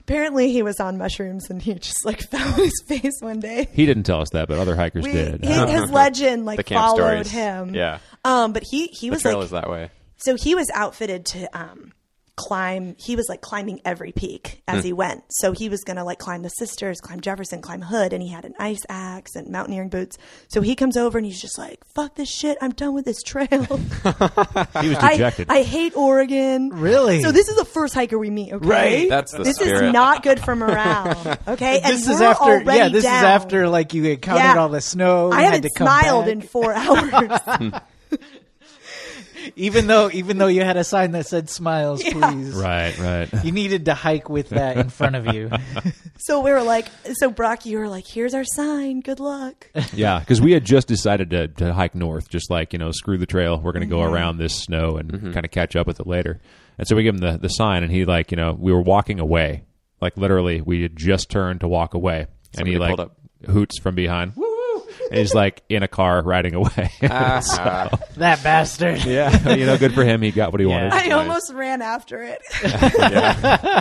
apparently he was on mushrooms, and he just like fell on his face one day. He didn't tell us that, but other hikers We, did. his, his legend like The camp followed stories. him. Yeah. Um, but he he The was trail like is that way. so he was outfitted to um, climb he was like climbing every peak as Hmm. he went so he was going to like climb the sisters climb jefferson climb hood and he had an ice axe and mountaineering boots so he comes over and he's just like fuck this shit i'm done with this trail he was I, dejected. I hate oregon Really? so this is the first hiker we meet okay Right? That's the this spirit. is not good for morale okay and this is we're after already yeah. This is down. after like you had counted Yeah. all the snow. i you had haven't to come smiled back. in four hours even though even though you had a sign that said "smiles, please." right, right. You needed to hike with that in front of you. so we were like so brock you were like here's our sign good luck Yeah, because we had just decided to, to hike north, just like, you know, screw the trail. We're going to go around this snow and kind of catch up with it later. And so we give him the, the sign, and he, like, you know, we were walking away. Like, literally, we had just turned to walk away. And he, Somebody like, pulled up. hoots from behind. Woo! And he's, like, in a car riding away. Ah, that bastard. yeah. you know, good for him. He got what he Yeah. wanted. I almost ran after it.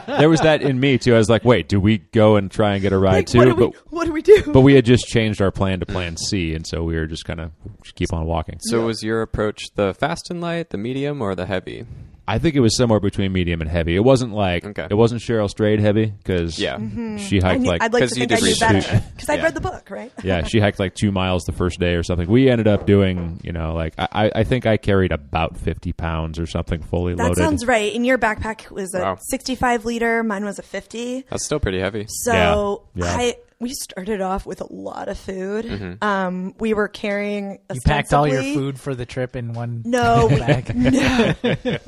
There was that in me, too. I was like, wait, do we go and try and get a ride, like, too? what do we? but, What do we do? but we had just changed our plan to plan C, and so we were just kind of just keep on walking. so was your approach the fast and light, the medium, or the heavy? I think it was somewhere between medium and heavy. It wasn't like Okay. it wasn't Cheryl Strayed heavy because Yeah. she Mm-hmm. I hiked knew, like, I'd like to 'cause you think I did knew research. better because I'd Yeah. read the book, right? yeah she hiked like two miles the first day or something. We ended up doing you know like I- I, I think I carried about fifty pounds or something fully That loaded. sounds right. And your backpack was a Wow. 65 liter. Mine was a 50. That's still pretty heavy. So Yeah. Yeah. I we started off with a lot of food. Mm-hmm. Um, we were carrying. You packed all your ostensibly- food for the trip in one No, we, bag. no.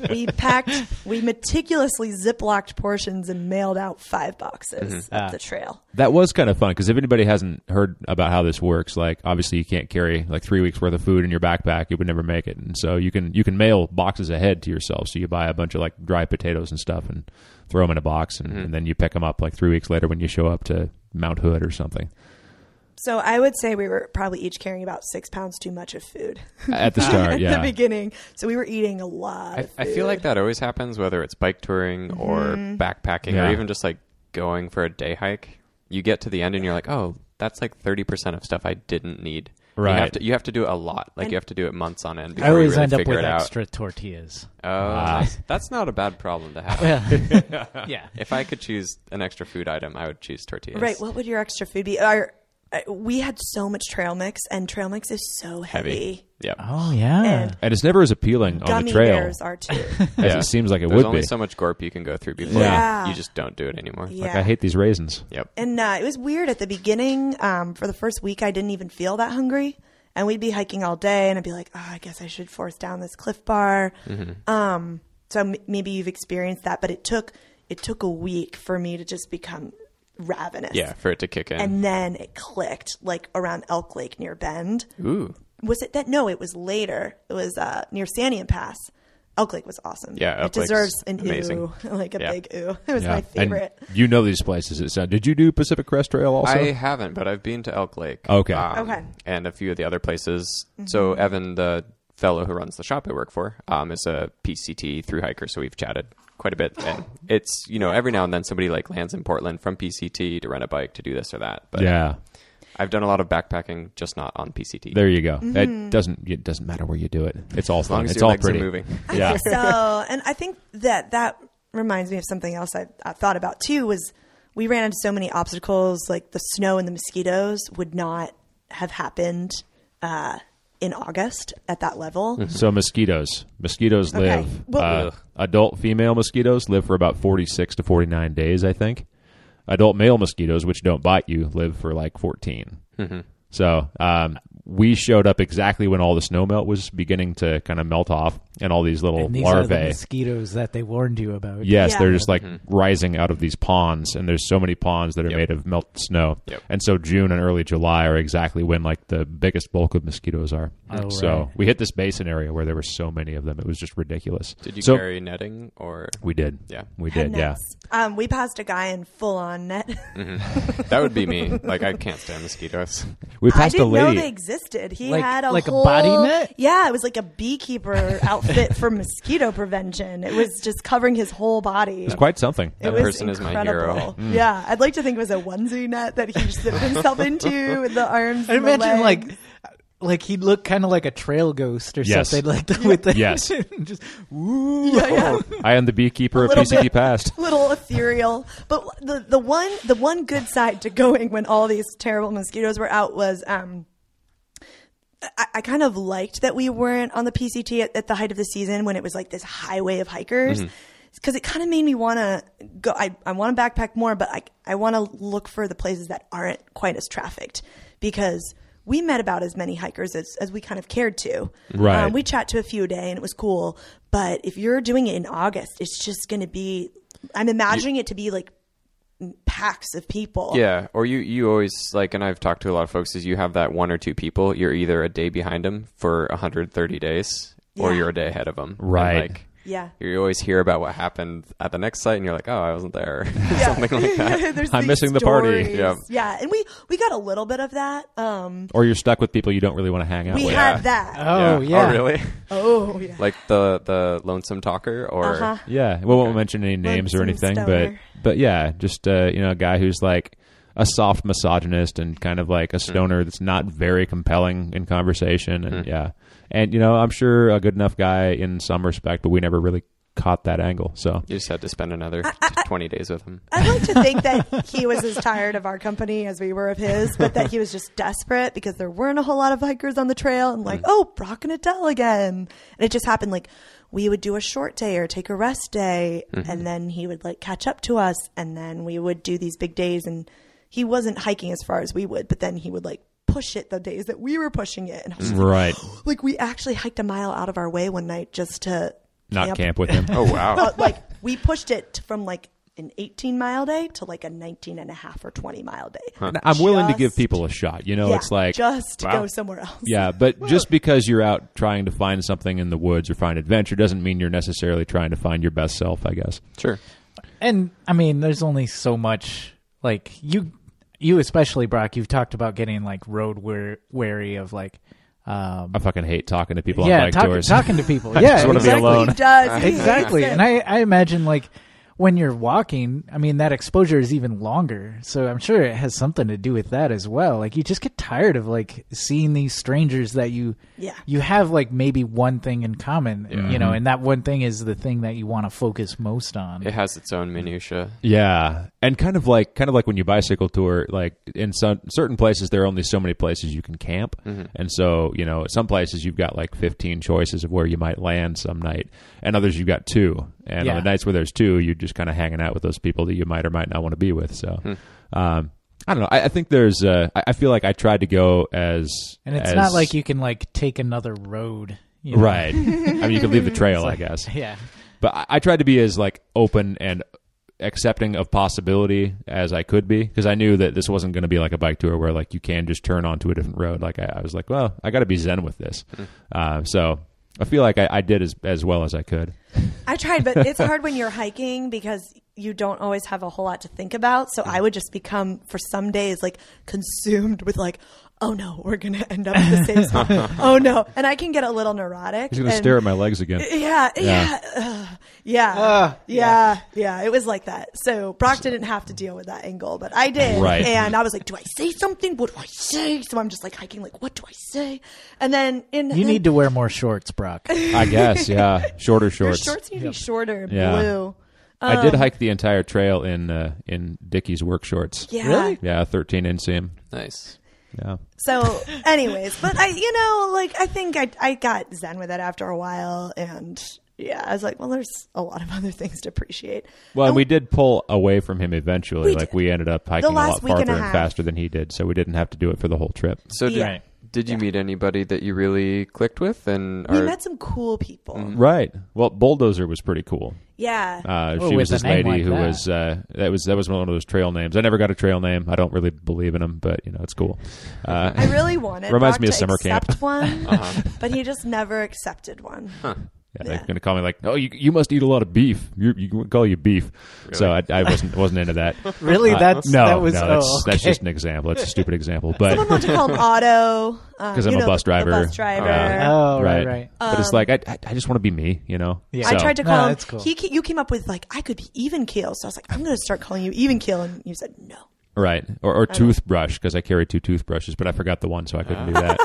we packed. We meticulously ziplocked portions and mailed out five boxes Mm-hmm. up Ah. the trail. That was kind of fun because if anybody hasn't heard about how this works, like obviously you can't carry like three weeks worth of food in your backpack; you would never make it. And so you can you can mail boxes ahead to yourself. So you buy a bunch of like dry potatoes and stuff and throw them in a box, Mm-hmm. and, and then you pick them up like three weeks later when you show up to Mount Hood or something. So I would say we were probably each carrying about six pounds too much of food. at the start. at Yeah, Uh, the beginning. So we were eating a lot. I, I feel like that always happens, whether it's bike touring or Mm-hmm. backpacking Yeah. or even just like going for a day hike. You get to the end and you're like, oh, that's like 30% of stuff I didn't need. You Right. have to, you have to do it a lot. Like And- you have to do it months on end I before always you really end up figure with it extra tortillas. out. Oh, nice. that's not a bad problem to have. yeah. If I could choose an extra food item, I would choose tortillas. right. What would your extra food be? Our, uh, we had so much trail mix, and trail mix is so heavy. Heavy. Yeah. Oh yeah. And and it's never as appealing on Gummy the trail bears are too. as Yeah. it seems like it There's would only be. so much gorp you can go through before Yeah. you just don't do it anymore. Yeah. like I hate these raisins. Yep. and uh, it was weird at the beginning. Um, for the first week, I didn't even feel that hungry. And we'd be hiking all day, and I'd be like, oh, I guess I should force down this cliff bar. Mm-hmm. Um, so m- maybe you've experienced that, but it took it took a week for me to just become ravenous. Yeah, for it to kick in. And then it clicked, like around Elk Lake near Bend. Ooh. was it that no it was later it was uh near Sandian Pass Elk Lake was awesome Yeah, Elk it deserves an Lake's amazing. ooh like a Yeah. big ooh it was Yeah. my favorite And you know these places. It sound. Did you do Pacific Crest Trail also? I haven't, but I've been to Elk Lake. Um, Okay. Okay. Mm-hmm. And a few of the other places. So Evan, the fellow who runs the shop I work for um, is a PCT through hiker, so we've chatted quite a bit. And it's you know every now and then somebody like lands in Portland from PCT to rent a bike to do this or that. But yeah. I've done a lot of backpacking, just not on PCT. There you go. Mm-hmm. It doesn't it doesn't matter where you do it. It's all as long fun. as It's your all legs are pretty. moving. Yeah. so, and I think that that reminds me of something else I, I thought about too was we ran into so many obstacles, like the snow and the mosquitoes would not have happened uh, in August at that level. So mosquitoes, mosquitoes live. Well- uh, adult female mosquitoes live for about forty-six to forty-nine days, I think. Adult male mosquitoes, which don't bite you, live for like 14 So um, we showed up exactly when all the snow melt was beginning to kind of melt off, and all these little And these are larvae. the mosquitoes that they warned you about. Yes, Yeah. they're just like Mm-hmm. rising out of these ponds, and there's so many ponds that are made of melted snow. Yep. And so June and early July are exactly when like the biggest bulk of mosquitoes are. Oh, so right. we hit this basin area where there were so many of them; it was just ridiculous. Did you so carry netting or? we did, Yeah. we Had did, yeah. nets. Um, we passed a guy in full on net. That would be me. Like I can't stand mosquitoes. We I passed didn't a lady. know they existed. He Like- had a like a whole- body net? Yeah, it was like a beekeeper outfit for mosquito prevention. It was just covering his whole body. it's quite something. It That was person is my hero. Mm. incredible. Yeah, I'd like to think it was a onesie net that he just zipped himself into with the arms. I and the imagine legs. like like he'd look kind of like a trail ghost or Yes. something like that with the Yes. Oh, just woo. yeah, I am the beekeeper of little PCT bit. Past. yeah, little ethereal. But the the one the one good side to going when all these terrible mosquitoes were out was um. I, I kind of liked that we weren't on the PCT at, at the height of the season when it was like this highway of hikers. Because it kind of made me want to go. I, I want to backpack more, but I, I want to look for the places that aren't quite as trafficked because we met about as many hikers as, as we kind of cared to. Right. Um, we chat to a few a day and it was cool. But if you're doing it in August, it's just going to be, I'm imagining it to be like packs of people. Yeah, or you you always like, and I've talked to a lot of folks. Is you have that one or two people, you're either a day behind them for 130 days, or Yeah. you're a day ahead of them. Right. like, Yeah. you always hear about what happened at the next site, and you're like, oh, I wasn't there, something like that. There's I'm these missing the party. stories. Yeah. Yeah. And we, we got a little bit of that. Um, Or you're stuck with people you don't really want to hang out we with. had that. Oh yeah. Oh, really? Oh yeah. like the the lonesome talker, or Uh-huh. Yeah, we won't mention any names or Lonesome anything, stoner. but but yeah, just uh, you know, a guy who's like a soft misogynist and kind of like a Hmm. stoner that's not very compelling in conversation, and yeah, and you know, I'm sure a good enough guy in some respect, but we never really caught that angle. So you just had to spend another 20 days with him. I'd like to think that he was as tired of our company as we were of his, but that he was just desperate because there weren't a whole lot of hikers on the trail and like, oh, Brock and Adele again. And it just happened like we would do a short day or take a rest day and then he would like catch up to us and then we would do these big days and he wasn't hiking as far as we would, but then he would like push it the days that we were pushing it. And I was just like, right, like, we actually hiked a mile out of our way one night just to not camp with him. Oh wow! but like we pushed it from like an 18 mile day to like a 19 and a half or 20 mile day. I'm willing to give Just- people a shot. You know, yeah, it's like just wow. go somewhere else. Yeah, but just because you're out trying to find something in the woods or find adventure doesn't mean you're necessarily trying to find your best self, I guess. Sure. And I mean, there's only so much like you you especially Brock, you've talked about getting like road wear- wary of like um I fucking hate talking to people on yeah, bike talk- tours. talking to people. Yeah, just wanna be exactly. alone. He does. He exactly. hates it. And I, I imagine like when you're walking, I mean that exposure is even longer. So I'm sure it has something to do with that as well. Like you just get tired of like seeing these strangers that you Yeah. you have like maybe one thing in common, you Mm-hmm. know, and that one thing is the thing that you want to focus most on. It has its own minutia. Yeah, and kind of like kind of like when you bicycle tour, like in some certain places there are only so many places you can camp, and so you know some places you've got like fifteen choices of where you might land some night, and others you've got two, and Yeah. on the nights where there's two, you're just kind of hanging out with those people that you might or might not want to be with. So, um, I don't know. I, I think there's. Uh, I, I feel like I tried to go as And it's as- not like you can like take another road. You know? right. I mean, you could leave the trail, I guess. Yeah. but I, I tried to be as like open and accepting of possibility as I could be because I knew that this wasn't going to be like a bike tour where like you can just turn onto a different road. Like I, I was like, well, I got to be zen with this. Uh, so I feel like I, I did as as well as I could. I tried, but it's hard when you're hiking because you don't always have a whole lot to think about. So I would just become for some days like consumed with like, oh no, we're gonna end up in the same spot. oh no, and I can get a little neurotic. He's going to and- stare at my legs again. Yeah, yeah, ugh, yeah, yeah, yeah. It was like that. So Brock didn't have to deal with that angle, but I did. Right. And I was like, "Do I say something? What do I say?" So I'm just like hiking, like, "What do I say?" And then in You in- need to wear more shorts, Brock. I guess, yeah. Shorter your shorts. shorts Um, need to be shorter, and Yeah. blue. I did hike the entire trail in uh, in Dickie's work shorts. Yeah. Really? Yeah, 13 inseam. Nice. Yeah. So, anyways, but I, you know, like I think I, I got zen with it after a while, and yeah, I was like, well, there's a lot of other things to appreciate. Well, and we did pull away from him eventually. We like did. we ended up hiking a lot last week and farther a and, half. faster than he did, so we didn't have to do it for the whole trip. So did, Yeah. Right. did you meet anybody that you really clicked with? And We are- met some cool people. Right. Well, bulldozer was pretty cool. Yeah. Uh, Well, she Oh, with was a this name lady like who that. was uh, that was that was one of those trail names. I never got a trail name. I don't really believe in them, but you know it's cool. Uh, I really wanted Reminds Brock me of to summer camp. Uh-huh. accept one, but he just never accepted one. yeah, They're going to call me like, oh, you, you must eat a lot of beef. You, you we call you beef. So I, I wasn't wasn't into that. Really? Uh, That's no, that was no. That's oh, that's okay. just an example. It's a stupid example, but Someone wanted to call him Otto um, 'Cause I'm you a know, bus the- the driver. bus driver. Um, Yeah. Oh, right, right. But it's like I, I I just want to be me, you know. Yeah. I So- tried to No, call him. that's cool. He, ca- you came up with like I could be even keel, so I was like, I'm going to start calling you even keel, and you said no. right or, or toothbrush because I carry two toothbrushes, but I forgot the one, so I couldn't do that.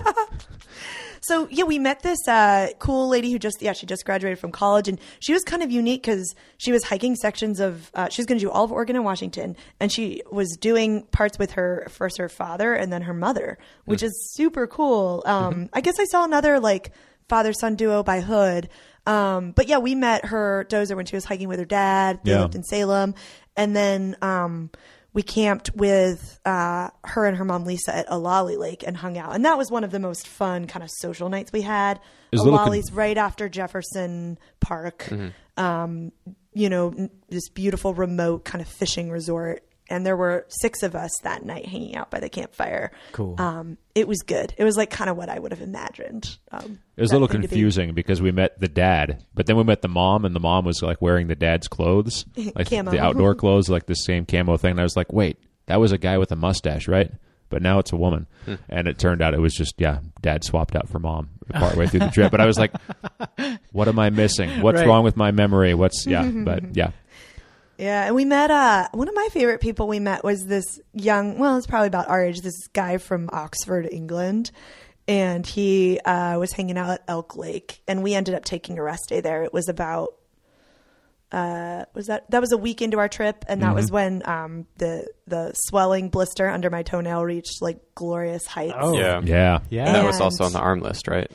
So yeah, we met this uh, cool lady who just yeah she just graduated from college and she was kind of unique because she was hiking sections of uh, she was going to do all of Oregon and Washington and she was doing parts with her first her father and then her mother, which is super cool. Um, I guess I saw another like father son duo by Hood, um, but yeah, we met her dozer when she was hiking with her dad. They Yeah. lived in Salem, and then. Um, we camped with uh, her and her mom Lisa at Olali Lake and hung out, and that was one of the most fun kind of social nights we had. It's a little con- Mm-hmm. Olali's right after Jefferson Park, um, you know, n- this beautiful remote kind of fishing resort, and there were six of us that night hanging out by the campfire. Cool. Um, it was good. It was like kind of what I would have imagined. Um, It was a that little thing to be. confusing because we met the dad, but then we met the mom, and the mom was like wearing the dad's clothes, like Camo. the outdoor clothes, like the same camo thing. And I was like, wait, that was a guy with a mustache, right? But now it's a woman, and it turned out it was just yeah, dad swapped out for mom partway through the trip. But I was like, what am I missing? What's Right. wrong with my memory? What's yeah? But yeah, Yeah, and we met uh one of my favorite people we met was this young well, it's probably about our age, this guy from Oxford, England. And he uh, was hanging out at Elk Lake and we ended up taking a rest day there. It was about uh was that that was a week into our trip and that was when um the the swelling blister under my toenail reached like glorious heights. Oh. yeah. yeah, yeah. That was And- also on the arm list, right?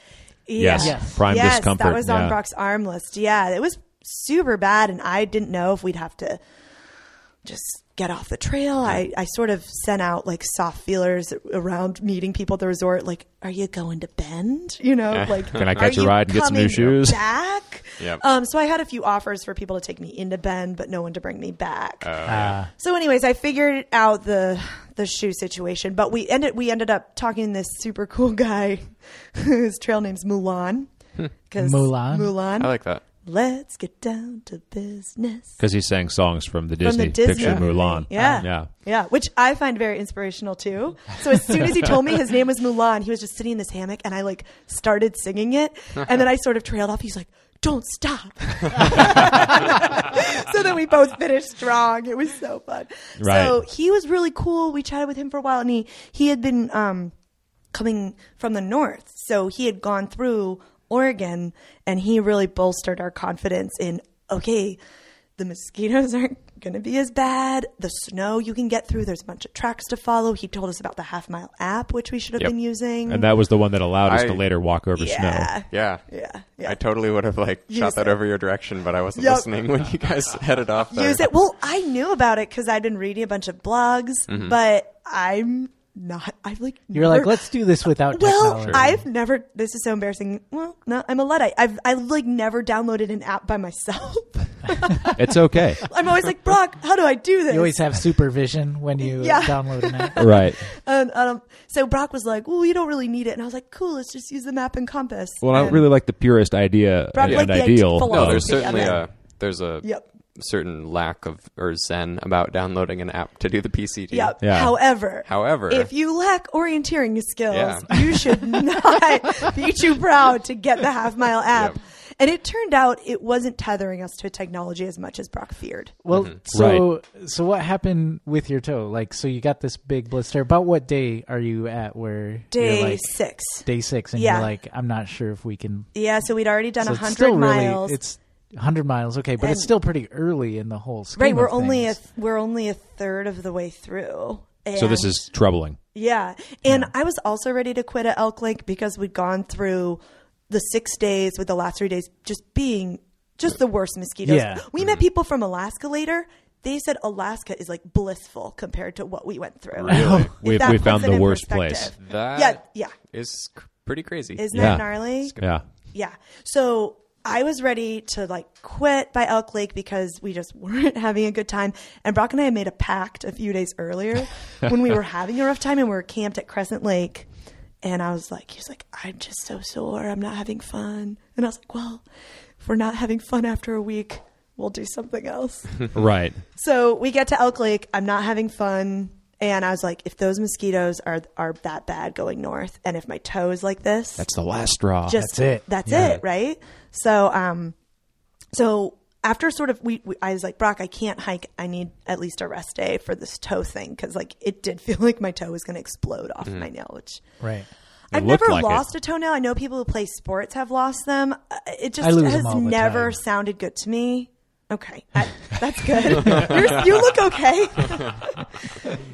Yes. Yes. prime yes, discomfort. That was on yeah. Brock's arm list. Yeah, it was super bad, and I didn't know if we'd have to just get off the trail. I, I sort of sent out like soft feelers around meeting people at the resort, like, "Are you going to Bend? You know, like, Can I "Are catch a you ride and get some new coming shoes?" Back. Yep. Um. So I had a few offers for people to take me into Bend, but no one to bring me Oh. back. Uh, So, anyways, I figured out the the shoe situation, but we ended we ended up talking to this super cool guy whose trail name's Mulan. 'Cause Mulan? Mulan. I like that. Let's get down to business. because he sang songs from the From Disney, the Disney picture movie. Mulan. Yeah. yeah. Yeah, which I find very inspirational too. So as soon as he told me his name was Mulan, he was just sitting in this hammock and I like started singing it. And then I sort of trailed off. He's like, don't stop. so then we both finished strong. It was so fun. So Right. he was really cool. We chatted with him for a while and he, he had been, um, coming from the north. So he had gone through Oregon and he really bolstered our confidence in okay, the mosquitoes aren't going to be as bad. The snow you can get through. There's a bunch of tracks to follow. He told us about the half mile app, which we should have Yep. been using. And that was the one that allowed us I- to later walk over yeah. snow. Yeah. Yeah. Yeah. I totally would have like Use shot that it. over your direction, but I wasn't Yep. listening when you guys headed off there. Use it. Well, I knew about it because I'd been reading a bunch of blogs, Mm-hmm. but I'm not. I like you were like, never- let's do this without Well, technology. I've never. This is so embarrassing. Well, no, I'm a luddite. I've I've like never downloaded an app by myself. It's okay. I'm always like, Brock, how do I do this? you always have supervision when you Yeah. download an app. right. and, um, so Brock was like, "Well, you don't really need it," and I was like, "Cool, let's just use the map and compass." Well, I And- really like the purist idea Um, Probably and like the ideal. ideal no, philosophy. of- there's Yeah, certainly man. a there's a Yep. certain lack of or zen about downloading an app to do the PCT. Yep. Yeah. However, However, if you lack orienteering skills, Yeah. you should not be too proud to get the half mile app. Yep. And it turned out it wasn't tethering us to technology as much as Brock feared. Well, Mm-hmm. so so what happened with your toe? Like, so you got this big blister. About what day are you at? Where Day you're like, six. day six, and Yeah. you're like, I'm not sure if we can. Yeah, so we'd already done So a it's 100 still miles. really it's hundred miles, okay, but And- it's still pretty early in the whole scheme. right, we're of only a things. th- we're only a third of the way through. So this And- is troubling. Yeah. And I was also ready to quit at Elk Lake because we'd gone through the six days with the last three days just being just the worst mosquitoes. Yeah. We met people from Alaska later. They said Alaska is like blissful compared to what we went through. Really? If We- that we puts found it the in worst perspective. that Yeah, yeah. is c- pretty crazy. Isn't Yeah. that gnarly? Yeah. Yeah. So I was ready to like quit by Elk Lake because we just weren't having a good time. And Brock and I had made a pact a few days earlier when we were having a rough time and we were camped at Crescent Lake. And I was like, he was like, I'm just so sore. I'm not having fun. And I was like, well, if we're not having fun after a week, we'll do something else. Right. So we get to Elk Lake. I'm not having fun. And I was like, if those mosquitoes are are that bad going north, and if my toe is like this, That's the last straw. just That's it. That's Yeah. it, right? So, um, so after sort of we, we, I was like, Brock, I can't hike. I need at least a rest day for this toe thing because like it did feel like my toe was going to explode off Mm-hmm. my nail, which. right. I've looked never like it. lost a toenail. I know people who play sports have lost them. Uh, It just I lose has them all the never time. sounded good to me. Okay, I- that's good. You're, you look okay.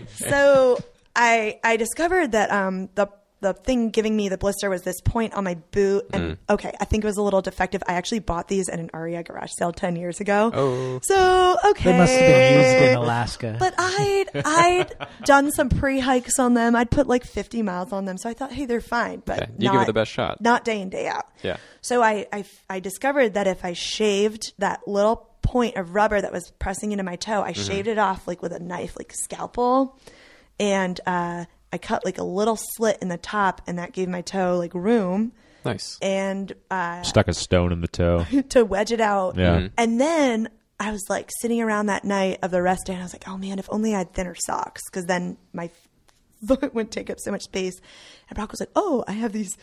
so I I discovered that um the the thing giving me the blister was this point on my boot Mm. and okay I think it was a little defective. I actually bought these at an REI garage sale ten years ago. Oh. so okay, They must have been used in Alaska. but I'd I'd done some pre hikes on them. I'd put like 50 miles on them, so I thought, hey, they're fine. But Yeah, you give it not- the best shot. Not day in day out. Yeah. So I, I I discovered that if I shaved that little point of rubber that was pressing into my toe, I Mm-hmm. shaved it off like with a knife, like scalpel, and uh, I cut like a little slit in the top, and that gave my toe like room nice. and uh, Stuck a stone in the toe. to wedge it out. Yeah. And then I was like sitting around that night of the rest day, and I was like, oh man, if only I had thinner socks, because then my foot would take up so much space. And Brock was like, oh, I have these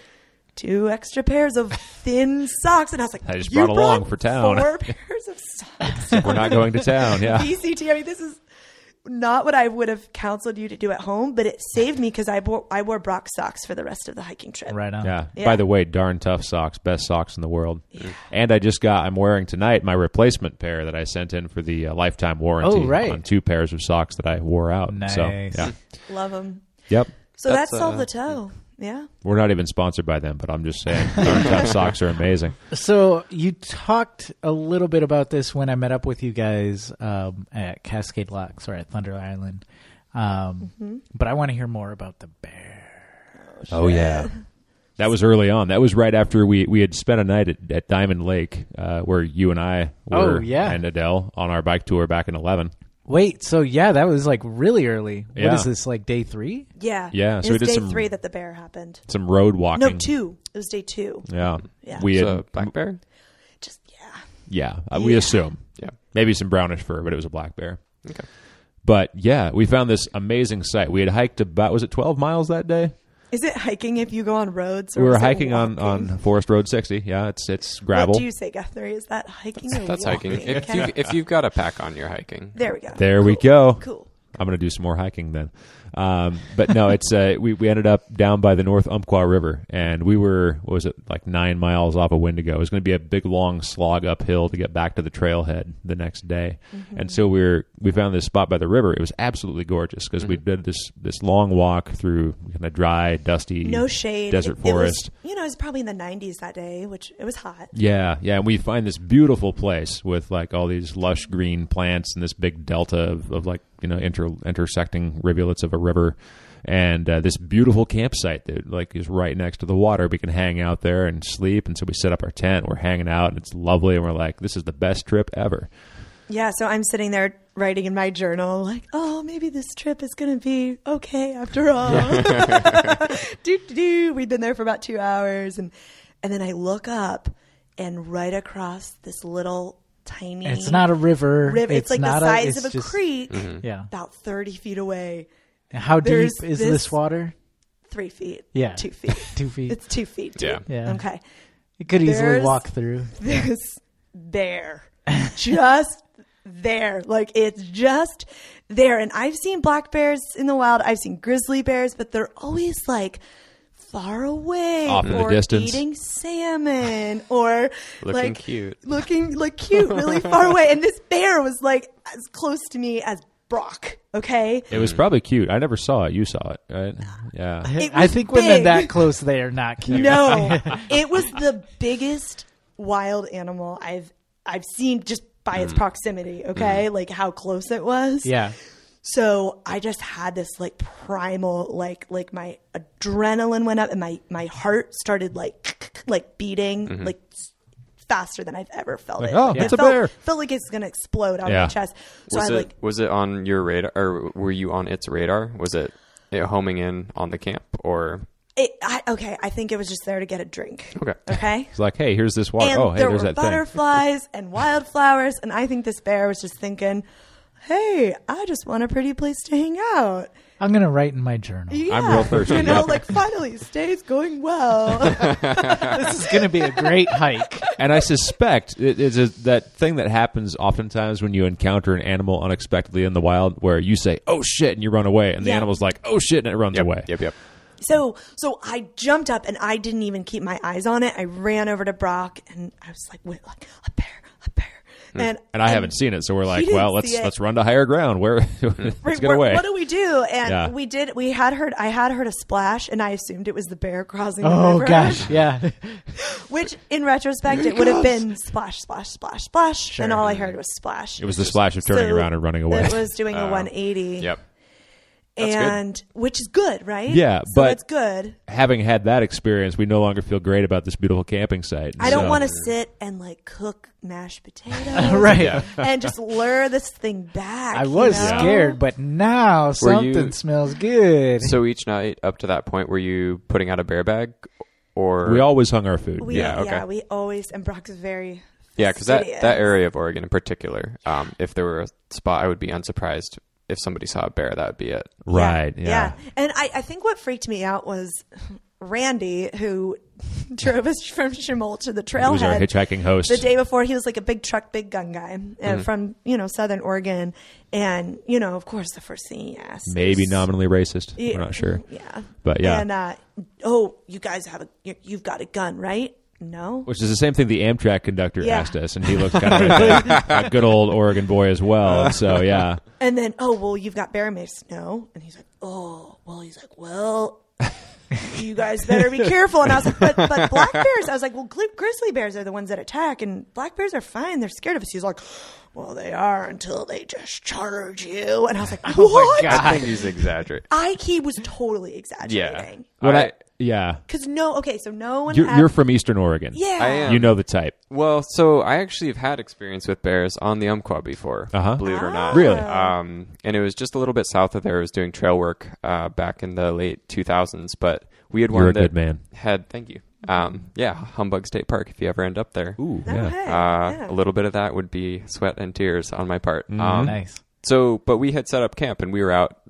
two extra pairs of thin socks, and I was like, I just "You brought along for town." Four pairs of socks. We're not going to town. Yeah. PCT. I mean, this is not what I would have counseled you to do at home, but it saved me because I wore I wore Brock socks for the rest of the hiking trip. right on. Yeah. Yeah. By the way, darn tough socks, best socks in the world. And I just got I'm wearing tonight my replacement pair that I sent in for the uh, lifetime warranty Oh, right. on two pairs of socks that I wore out. So, Nice. yeah. Love them. Yep. So That's, that solved uh, the toe. Yeah. We're not even sponsored by them, but I'm just saying darn tough socks are amazing. So you talked a little bit about this when I met up with you guys um, at Cascade Locks or at Thunder Island, um, Mm-hmm. but I want to hear more about the bear. Oh yeah. That was early on. That was right after we, we had spent a night at, at Diamond Lake, uh, where you and I were Oh, yeah. and Adele on our bike tour back in eleven. Wait, so yeah, that was like really early. Yeah. What is this like day three? Yeah. Yeah, It so we was did day some- three that the bear happened. Some road walking. No, two. It was day two. Yeah. Yeah. We had, So, black bear. Just yeah. yeah, uh, we Yeah. assume. Yeah. Maybe some brownish fur, but it was a black bear. Okay. But yeah, we found this amazing site. We had hiked about was it 12 miles that day? Is it hiking if you go on roads? Or we were is it hiking on, walking? on Forest Road 60. Yeah, it's it's gravel. What do you say, Guthrie? Is that hiking or That's walking? hiking. If Okay. you if you've got a pack on, you're hiking. There we go. There we Cool. go. Cool. I'm going to do some more hiking then. Um, but no, it's uh, we we ended up down by the North Umpqua River, and we were what was it like nine miles off of Windigo. It was going to be a big long slog uphill to get back to the trailhead the next day, Mm-hmm. and so we were we found this spot by the river. It was absolutely gorgeous because Mm-hmm. we did this this long walk through kind of dry, dusty, No shade. Mm. desert It- it was- forest. you know, it was probably in the 90s that day, which it was hot. Yeah, yeah, and we find this beautiful place with like all these lush green plants and this big delta of, of like you know inter, intersecting rivulets of a river, and uh, this beautiful campsite that like is right next to the water. We can hang out there and sleep, and so we set up our tent. We're hanging out, and it's lovely, and we're like, this is the best trip ever. Yeah, so I'm sitting there writing in my journal, like, oh, maybe this trip is going to be okay after all. do, do, do. We've been there for about two hours. And, and then I look up, and right across this little tiny. It's not a river. river. It's, like not the size it's of a just- creek, Mm-hmm. Yeah. about thirty feet away, How deep There's is this, this- water? three feet, Yeah. two feet. Two feet. it's two feet. deep. Yeah. yeah. Okay. You could easily there's- walk through. There's there, just there. Like it's just there. And I've seen black bears in the wild. I've seen grizzly bears, but they're always like far away Off in the or distance. eating salmon or Looking like cute. looking like cute, really far away. And this bear was like as close to me as Brock. Okay. It was probably cute. I never saw it. You saw it, right? Uh, Yeah. It I was think when they're big. that close, they are not cute. No, it was the biggest wild animal I've I've seen just by its proximity. Okay, like how close it was. Yeah. So I just had this like primal, like like my adrenaline went up and my my heart started like like beating like s- faster than I've ever felt it. oh, Like, it's I a felt, bear. Felt like it's gonna explode out Yeah. of my chest. So Was I it like was it on your radar, or were you on its radar? Was it, it homing in on the camp, or it. I, okay, I think it was just there to get a drink. okay? Okay. It's like, hey, here's this water. and oh, hey, there there's were that thing. butterflies and wildflowers and i think this bear was just thinking hey i just want a pretty place to hang out I'm going to write in my journal. yeah. I'm real thirsty, you know yep. like finally stays going well this is going to be a great hike. And I suspect it is a, that thing that happens oftentimes when you encounter an animal unexpectedly in the wild, where you say, "Oh shit," and you run away, and the Yeah. animal's like, "Oh shit," and it runs away. Yep, yep. so so i jumped up and i didn't even keep my eyes on it i ran over to brock and i was like wait like a bear a bear and Mm. And I haven't seen it, so we're like, didn't "Well, let's see it. let's run to higher ground. Where let's Right, get what- away." What do we do? And Yeah. we did. We had heard. I had heard a splash, and I assumed it was the bear crossing. the Oh, river. gosh. Yeah. Which, in retrospect, it would have been splash, splash, splash, splash, and all I heard was splash. It was the splash of turning So around and running away. Oh. It was doing a 180. Yep. That's good. and which is good, right? Yeah, so but- that's good. Having had that experience, we no longer feel great about this beautiful camping site. I don't So- want to sit and like cook mashed potatoes, right. And just lure this thing back. I you was know? scared, but now you- something smells good. So each night up to that point, were you putting out a bear bag, or We always hung our food. We, Yeah, yeah, okay. we always and Brock's very Yeah, because that, fastidious. that area of Oregon in particular, um, if there were a spot, I would be unsurprised if somebody saw a bear. That would be it. Right. Yeah. And I, I think what freaked me out was Randy, who drove us from Shamol to the He was our trailhead. hitchhiking host. the day before he was like a big truck big gun guy and Mm-hmm. from you know southern oregon and you know of course the first thing he asked Maybe is- nominally racist. Yeah, We're not sure. yeah But yeah. and uh oh you guys have a you- you've got a gun right no Which is the same thing the Amtrak conductor Yeah. asked us, and he looked kind of like a, a good old Oregon boy as well. And so yeah, and then oh well you've got bear mace no and he's like oh well he's like well you guys better be careful and i was like but, but black bears i was like well gri- grizzly bears are the ones that attack and black bears are fine they're scared of us he's like well they are until they just charge you and i was like Oh what I think he's exaggerating. I he was totally Yeah. exaggerating. What I, I- yeah, Because no, okay, so no one. you're, had- you're from Eastern Oregon. yeah. I am. you know the type. Well, so I actually have had experience with bears on the Umpqua before, Uh-huh. believe it or not. Really? Um, and it was just a little bit south of there. I was doing trail work uh, back in the late 2000s, but we had one You're a that good man. had, thank you. Um, yeah, Humbug State Park, if you ever end up there. Ooh, Okay, yeah. Uh, yeah. A little bit of that would be sweat and tears on my part. Mm-hmm. Um, nice. So, but we had set up camp and we were out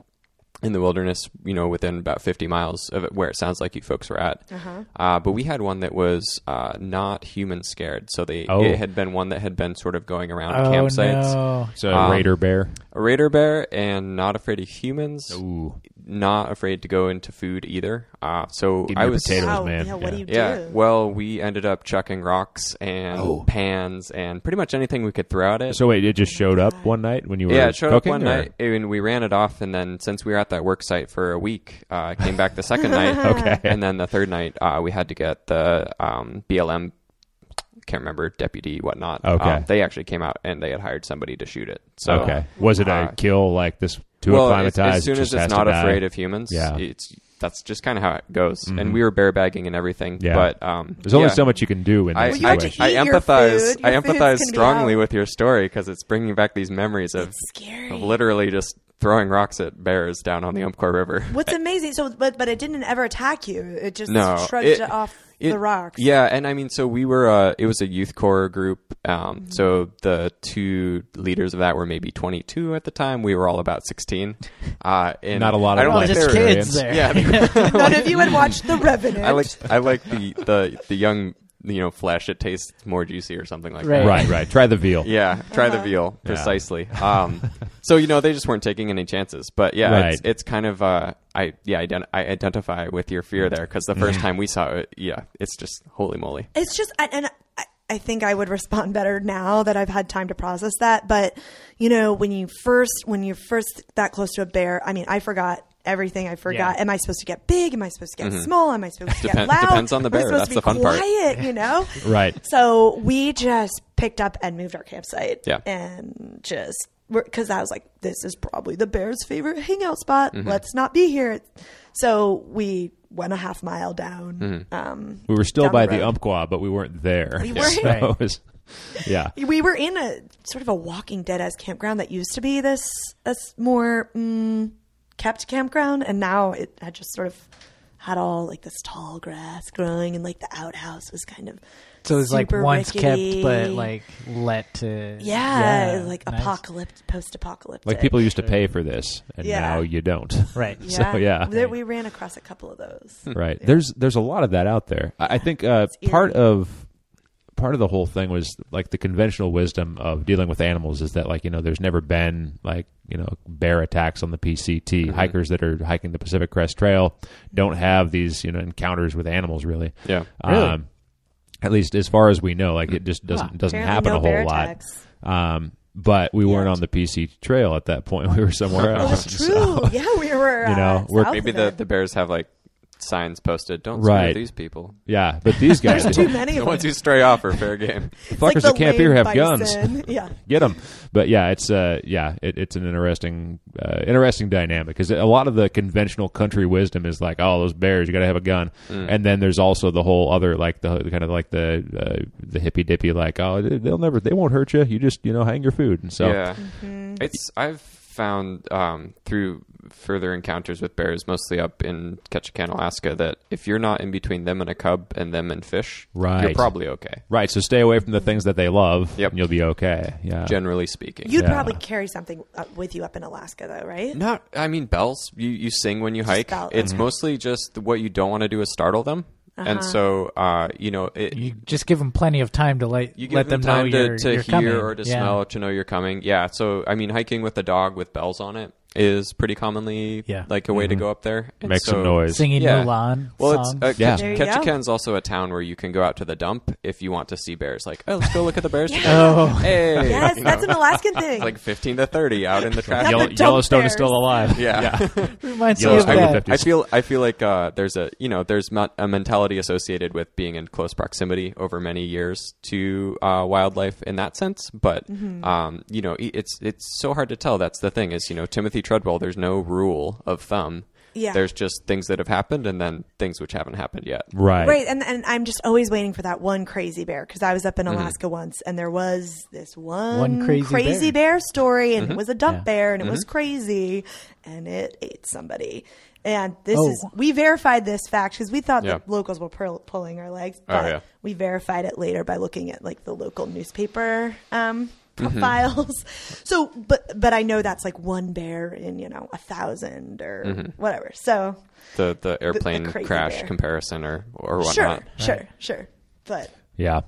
in the wilderness, you know, within about 50 miles of it, where it sounds like you folks were at. Uh-huh. uh but we had one that was uh, not human scared. So they Oh. it had been one that had been sort of going around Oh, campsites. no. So a um, raider bear. A raider bear and not afraid of humans, Ooh, not afraid to go into food either. Uh, so Give me I your was potatoes, Wow, man. yeah, what do you yeah. do? Well, we ended up chucking rocks and pans and pretty much anything we could throw at it. Oh. So wait, it just showed up one night when you were yeah, it showed up cooking, one or- night and we ran it off. And then since we were at that work site for a week, uh, came back the second night. Okay. And then the third night, uh, we had to get the um, BLM, can't remember, deputy, whatnot. Okay. Um, they actually came out and they had hired somebody to shoot it. So, Okay, was it a uh, kill like this? Too well, as, acclimatized. as soon as just it's has not to die? afraid of humans, Yeah. Mm-hmm. it's that's just kind of how it goes. And we were bear bagging and everything. Yeah. But um, There's only yeah. so much you can do in I, that you I, have to situation. eat I your empathize. food. I Your food's empathize gonna be strongly out. with your story because it's bringing back these memories of, It's scary. of literally just throwing rocks at bears down on the Umpqua River. What's amazing? So, but but it didn't ever attack you. It just No, shrugged it- it off It- the rocks. Yeah, and I mean, so we were. Uh, it was a youth corps group. Um, Mm-hmm. So the two leaders of that were maybe 22 at the time. We were all about 16. Uh, and Not a lot I of don't life think just they were- kids experience. there. Yeah, None of you had watched The Revenant. I like I like the the the young you know flesh. It tastes more juicy or something like Right. that. Right, right. Try the veal. Yeah, try the veal Yeah. precisely. Um, so you know they just weren't taking any chances. But yeah, it's, Right. it's kind of uh, I yeah ident- I identify with your fear there because the first time we saw it, yeah, it's just holy moly. it's just I- and I, I think I would respond better now that I've had time to process that. But you know, when you first when you're first that close to a bear, I mean, I forgot everything. I forgot. Yeah. Am I supposed to get big? Am I supposed to get small? Am I supposed to Mm-hmm. Depen- get loud? depends on the Am I bear. supposed That's to be the fun part. quiet, You know. Right. So we just picked up and moved our campsite. Yeah. And just because I was like, this is probably the bear's favorite hangout spot. Mm-hmm. Let's not be here. So we went a half mile down. Mm-hmm. Um, We were still Down by the the, road. Umpqua, but we weren't there. We weren't. So Right. it was- yeah. we were in a sort of a Walking Dead as campground that used to be this this more mm, kept campground, and now it had just sort of had all like this tall grass growing, and like the outhouse was kind of So it's like super once rickety. kept, but like let to. yeah, like nice. apocalypse, post apocalyptic, Like people used to pay for this, and Yeah. now you don't. Right. So yeah. There- we ran across a couple of those. right there's there's a lot of that out there I i think uh, eerie. part of part of the whole thing was like the conventional wisdom of dealing with animals is that like you know there's never been like you know bear attacks on the pct Mm-hmm. hikers that are hiking the pacific crest trail don't have these you know encounters with animals really Um, Yeah. Really? at least as far as we know like it just doesn't Huh. doesn't Apparently happen no a bear whole lot attacks. um but we weren't Yet. on the pc trail at that point we were somewhere Oh, else that's true. So- yeah, we were. You know, uh, we're- south Maybe of the, it. the bears have like signs posted. Don't screw Right. these people. yeah but these guys there's too many The of ones them. who stray off are fair game. Like the fuckers that camp lame here have guns bison. Yeah. get them. But yeah, it's uh, yeah, it, it's an interesting, uh, interesting dynamic because a lot of the conventional country wisdom is like, oh, those bears, you got to have a gun, Mm. and then there's also the whole other like the kind of like the uh, the hippy dippy like, oh, they- they'll never, they won't hurt you. You just you know hang your food, and so Yeah, it's I've found um, through further encounters with bears, mostly up in Ketchikan, Alaska, that if you're not in between them and a cub and them and fish, you're Right. probably okay. right. So stay away from the things that they love, Yep. and you'll be okay. Yeah, Generally speaking, You'd Yeah. probably carry something up with you up in Alaska, though, right? not. I mean, bells. You you sing when you hike. bell- It's Mm-hmm. mostly just what you don't want to do is startle them, Uh-huh. and so uh, you know it. You just give them plenty of time to let You give let them, them, time know to, you're, to you're hear coming. or to Yeah. smell or to know you're coming. Yeah. So I mean, hiking with a dog with bells on it is pretty commonly Yeah. Mm-hmm. like a way to go up there. And make so- some noise. Singing Yeah. Mulan. Well, songs. it's, uh, Yeah. Ketch- There you go. Ketchikan's also a town where you can go out to the dump if you want to see bears. Like, oh, let's go look at the bears. today. Oh. Hey, Yes, You know, that's an Alaskan thing. like fifteen to thirty out in the traffic. Yellow, Dump Yellowstone bears. is still alive. Yeah. reminds Yellow me of Stone that. with I feel I feel like uh, there's a you know there's not a mentality associated with being in close proximity over many years to uh, wildlife in that sense, but um, you know i- it's it's so hard to tell. That's the thing is you know Timothy Treadwell. There's no rule of thumb. Yeah. There's just things that have happened and then things which haven't happened yet. Right. Right, and and I'm just always waiting for that one crazy bear because I was up in Alaska once, and there was this one, One crazy bear. story, and it was a dump Yeah. bear, and it was crazy, and it ate somebody. And this Oh. is we verified this fact because we thought Yeah. the locals were purl pulling our legs, Oh, but yeah. we verified it later by looking at like the local newspaper um, profiles. So, but but I know that's like one bear in you know a thousand or whatever. So the the airplane crazy crash bear. comparison or or whatnot. sure, sure, sure, but. Yeah.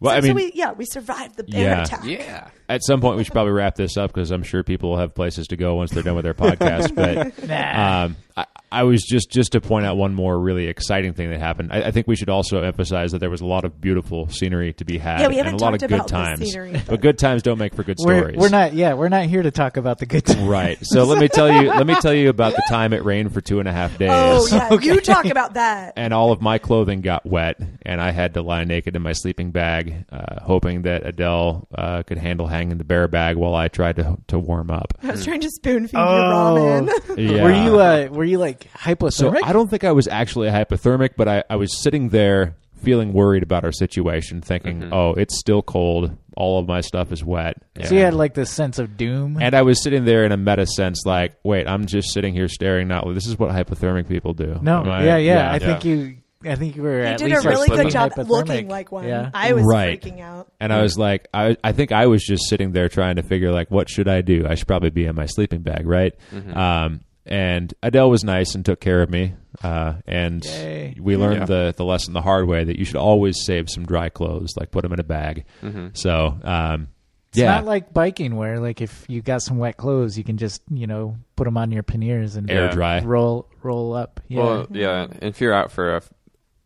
Well, I so mean, we, yeah, we survived the bear Yeah. attack. Yeah. at some point we should probably wrap this up because I'm sure people will have places to go once they're done with their podcast. But um, I, I was just just to point out one more really exciting thing that happened. I, I think we should also emphasize that there was a lot of beautiful scenery to be had Yeah, we and a haven't lot of talked good about the times. scenery, but. but- good times don't make for good We're, stories. we're not. Yeah, we're not here to talk about the good times. right. So let me tell you. Let me tell you about the time it rained for two and a half days. Oh yeah, you talk about that. and all of my clothing got wet, and I had to lie naked in my sleeping bag, uh, hoping that Adele uh, could handle hanging the bear bag while I tried to to warm up. I was trying to spoon feed you Oh. ramen. Yeah. Were uh, you? Uh, were you like hypothermic? So I don't think I was actually hypothermic, but I, I was sitting there feeling worried about our situation, thinking, "Oh, it's still cold. All of my stuff is wet." So you had like this sense of doom. and I was sitting there in a meta sense, like, "Wait, I'm just sitting here staring. Not this is what hypothermic people do." no, Am I- yeah, yeah, I yeah. think you, I think you were You at did a least like really good slightly job hypothermic. looking like one. Yeah. I was Right. freaking out. And I was like, I, I think I was just sitting there trying to figure like, what should I do? I should probably be in my sleeping bag, right? Um, and Adele was nice and took care of me. Uh, and Yay. we learned Yeah. the the lesson the hard way that you should always save some dry clothes, like put them in a bag. Mm-hmm. So, um, It's yeah, not like biking where like if you got some wet clothes, you can just you know put them on your panniers and air Yeah. dry. roll roll up. Yeah. Well, yeah. If you're out for a,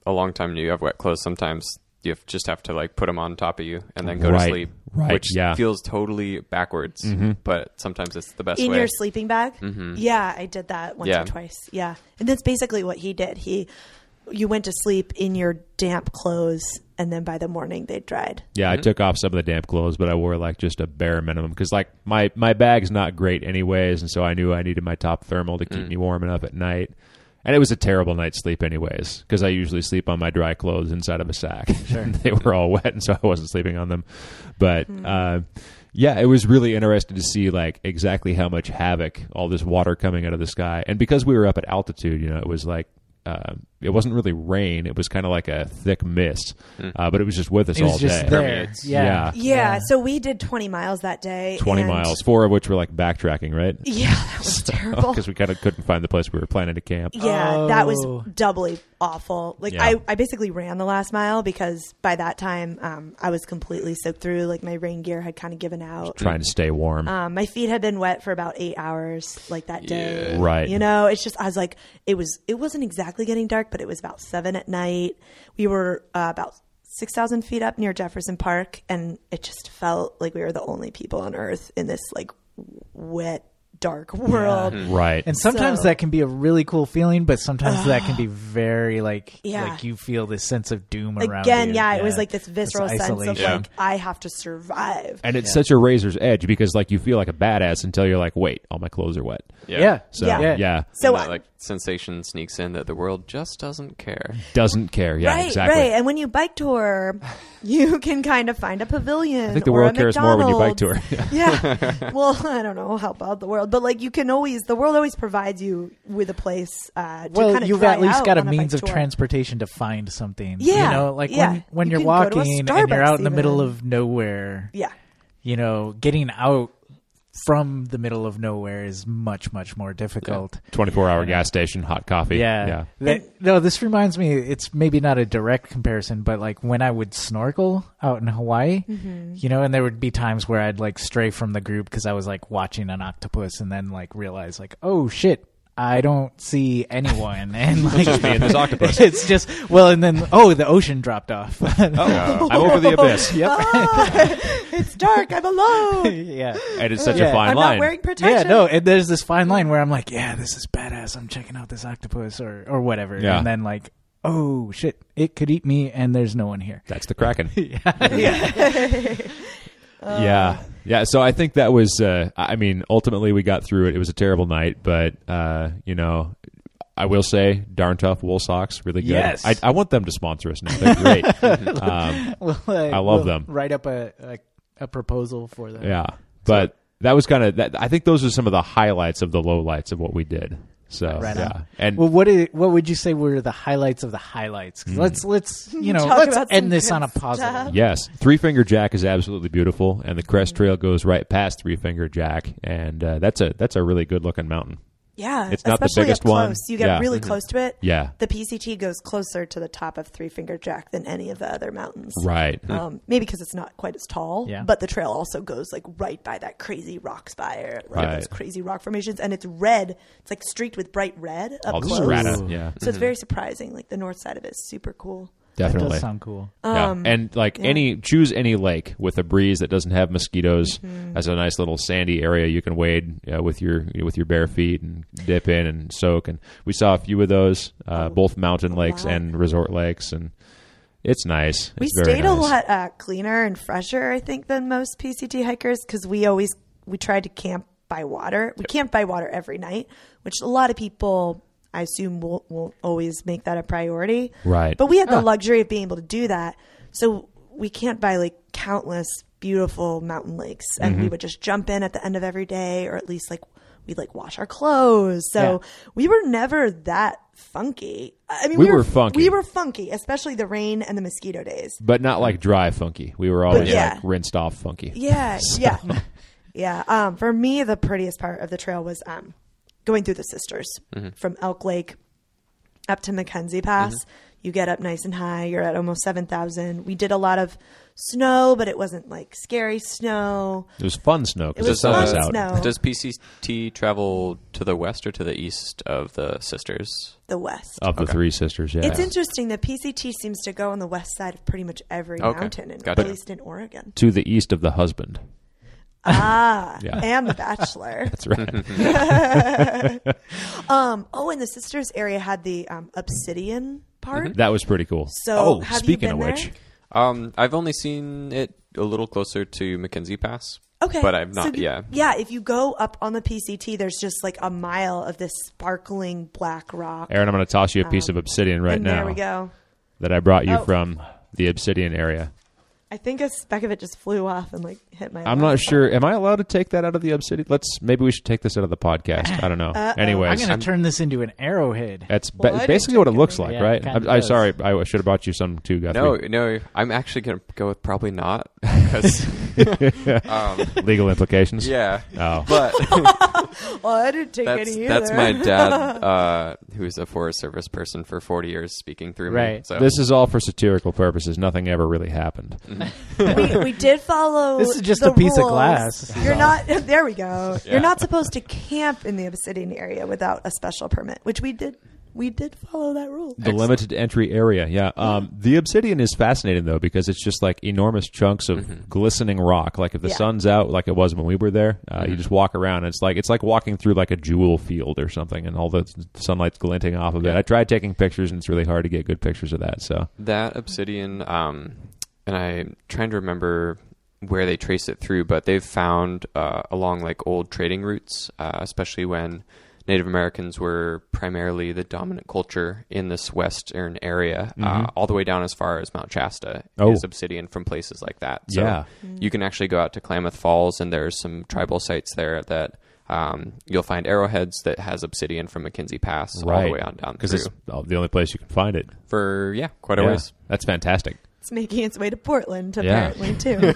a long time and you have wet clothes, sometimes you have, just have to like put them on top of you and then go Right, to sleep, right, which yeah. Mm-hmm. feels totally backwards. But sometimes it's the best in way. your sleeping bag. Mm-hmm. Yeah, I did that once Yeah. or twice. Yeah, and that's basically what he did. He, you went to sleep in your damp clothes, and then by the morning they dried. Yeah, I took off some of the damp clothes, but I wore like just a bare minimum because like my my bag's not great anyways, and so I knew I needed my top thermal to keep me warm enough at night. And it was a terrible night's sleep anyways because I usually sleep on my dry clothes inside of a sack. And they were all wet, and so I wasn't sleeping on them. But Hmm. uh, yeah, it was really interesting to see like exactly how much havoc all this water coming out of the sky, and because we were up at altitude, you know, it was like. Uh, it wasn't really rain. It was kind of like a thick mist, uh, but it was just with us it was all just day. there. Permeates. Yeah. Yeah. Yeah, so we did twenty miles that day. 20 and- miles, four of which were like backtracking, right? Yeah, that was terrible. Because we kind of couldn't find the place we were planning to camp. Yeah, that Oh. was doubly awful. Like Yeah. I, I basically ran the last mile because by that time um, I was completely soaked through. Like my rain gear had kind of given out. Trying to stay warm. Um, my feet had been wet for about eight hours, like that day. Yeah. Right. You know, it's just I was like, it was. It wasn't exactly getting dark, but it was about seven at night. We were uh, about six thousand feet up near Jefferson Park, and it just felt like we were the only people on Earth in this like w- wet, dark world. right. And sometimes So- that can be a really cool feeling, but sometimes that can be very like Yeah. like you feel this sense of doom around Again, you. yeah, it was like this visceral sense of isolation. like I have to survive. and it's such a razor's edge because like you feel like a badass until you're like, wait, all my clothes are wet. yeah. yeah. So Yeah. yeah, So and that, I- like sensation sneaks in that the world just doesn't care. doesn't care. Yeah, right, exactly. right. And when you bike tour, you can kind of find a pavilion. I think the or world a cares more when you bike McDonald's. tour. yeah. Well, I don't know how about the world, but like you can always, the world always provides you with a place uh, to Well, kind of you've dry at least out got a on means bike of tour. transportation to find something. Yeah, you know, like yeah. when when You are can go to a walking and you're Starbucks out in the middle even. of nowhere, Yeah. you know, getting out from the middle of nowhere is much much more difficult. 24 hour gas station, hot coffee. Yeah. Yeah. That- no, this reminds me, it's maybe not a direct comparison, but like when I would snorkel out in Hawaii, you know, and there would be times where I'd like stray from the group because I was like watching an octopus and then like realize, like, oh shit. I don't see anyone, and like this octopus. it's just well, and then oh, the ocean dropped off. Oh, I'm over the abyss. Yep. Ah, it's dark. I'm alone. yeah, And it's such a Yeah. fine I'm line. not wearing yeah, protection. no, and there's this fine line where I'm like, yeah, this is badass. I'm checking out this octopus or or whatever, Yeah. and then like, oh shit, it could eat me, and there's no one here. That's the Kraken. yeah. yeah. Yeah. So I think that was, uh, I mean, ultimately we got through it. It was a terrible night, but, uh, you know, I will say darn tough wool socks, really good. Yes. I, I want them to sponsor us now. They're great. um, Well, like, I love we'll them. Write up a, a a proposal for them. yeah. But that was kind of, that. I think those are some of the highlights of the lowlights of what we did. So, Right yeah. on. And Well, what is, what would you say were the highlights of the highlights? Hmm. 'Cause Let's let's you know Talk let's about some end this good on a positive. stuff. Yes, Three Finger Jack is absolutely beautiful, and the Crest Trail goes right past Three Finger Jack, and uh, that's a that's a really good looking mountain. Yeah. It's not the especially biggest up close. one. You get Yeah. really close to it. Yeah, The PCT goes closer to the top of Three Finger Jack than any of the other mountains. right. Um, maybe because it's not quite as tall, Yeah. but the trail also goes like right by that crazy rock spire, like Right. those crazy rock formations, and it's red. It's like streaked with bright red up All the Oh, close. strata. Ooh. Yeah, So it's very surprising. Like the north side of it is super cool. That definitely. does sound cool. yeah. Um, And like yeah. any, choose any lake with a breeze that doesn't have mosquitoes Mm-hmm. as a nice little sandy area you can wade uh, with your with your bare feet and dip in and soak. And we saw a few of those, uh, both mountain lakes Oh, lot. and resort lakes, and it's nice. We It's very stayed a nice. lot uh, cleaner and fresher, I think, than most PCT hikers because we always we tried to camp by water. We camped by water every night, which a lot of people I assume won't, won't always make that a priority. Right. But we had the luxury of being able to do that. So we can't buy like countless beautiful mountain lakes and Mm-hmm. we would just jump in at the end of every day or at least like we'd like wash our clothes. So we were never that funky. I mean We were funky. We were funky, especially the rain and the mosquito days. but not like dry funky. We were always yeah. like rinsed off funky. Yeah, yeah. Yeah. Um, for me, the prettiest part of the trail was um, going through the sisters Mm-hmm. from Elk Lake up to Mackenzie Pass. You get up nice and high. You're at almost 7,000. We did a lot of snow, but it wasn't like scary snow. It was fun snow because It the was sun fun was out. snow. uh, Does PCT travel to the west or to the east of the sisters? The West. Of the three sisters, Oh, yeah. It's interesting that PCT seems to go on the west side of pretty much every Okay. mountain, in, Gotcha. at least in Oregon. to the east of the husband. Ah, Yeah. and The Bachelor. That's right. Um, oh, and the sisters area had the um, obsidian part. Mm-hmm. that was pretty cool. So, oh, have you speaking been of which, there? Um, I've only seen it a little closer to Mackenzie Pass. Okay. But I've So not, you- yeah. Yeah. If you go up on the PCT, there's just like a mile of this sparkling black rock. Aaron, I'm going to toss you a piece of obsidian right Um, and now there we go. that I brought you Oh. from the obsidian area. I think a speck of it just flew off and like hit my. I'm not lap. sure. Am I allowed to take that out of the obsidian? Let's maybe we should take this out of the podcast. I don't know. I'm Anyways, going to turn this into an arrowhead. that's ba- Well, I didn't basically what it take looks any. like, Yeah, right? kinda I'm, I'm does. sorry, I should have bought you some too, Guthrie. No, no, I'm actually going to go with probably not. Because, um, legal implications. yeah. Oh, But Well, Oh, I didn't take that's, any either. that's my dad, uh, who's a Forest Service person for 40 years, speaking through me. Right. So this is all for satirical purposes. Nothing ever really happened. we, we did follow. This is just the a piece of rules. glass. This is You're all. not. There we go. Yeah. You're not supposed to camp in the obsidian area without a special permit, which we did. We did follow that rule. the limited entry area. Yeah. Um, the obsidian is fascinating though because it's just like enormous chunks of Mm-hmm. glistening rock. Like if the Yeah. sun's out, like it was when we were there, uh, Mm-hmm. you just walk around. And it's like it's like walking through like a jewel field or something, and all the sunlight's glinting off of it. I tried taking pictures, and it's really hard to get good pictures of that. So That obsidian, um, and I'm trying to remember where they trace it through, but they've found uh, along like old trading routes, uh, especially when Native Americans were primarily the dominant culture in this western area, uh, all the way down as far as Mount Shasta. Mm-hmm. Oh. is obsidian from places like that. So Yeah. you can actually go out to Klamath Falls, and there's some tribal sites there that. Um, you'll find arrowheads that has obsidian from McKinsey Pass all the way on down because it's through oh, the only place you can find it. for yeah quite a Yeah. ways. That's fantastic. It's making its way to Portland, Yeah. apparently too.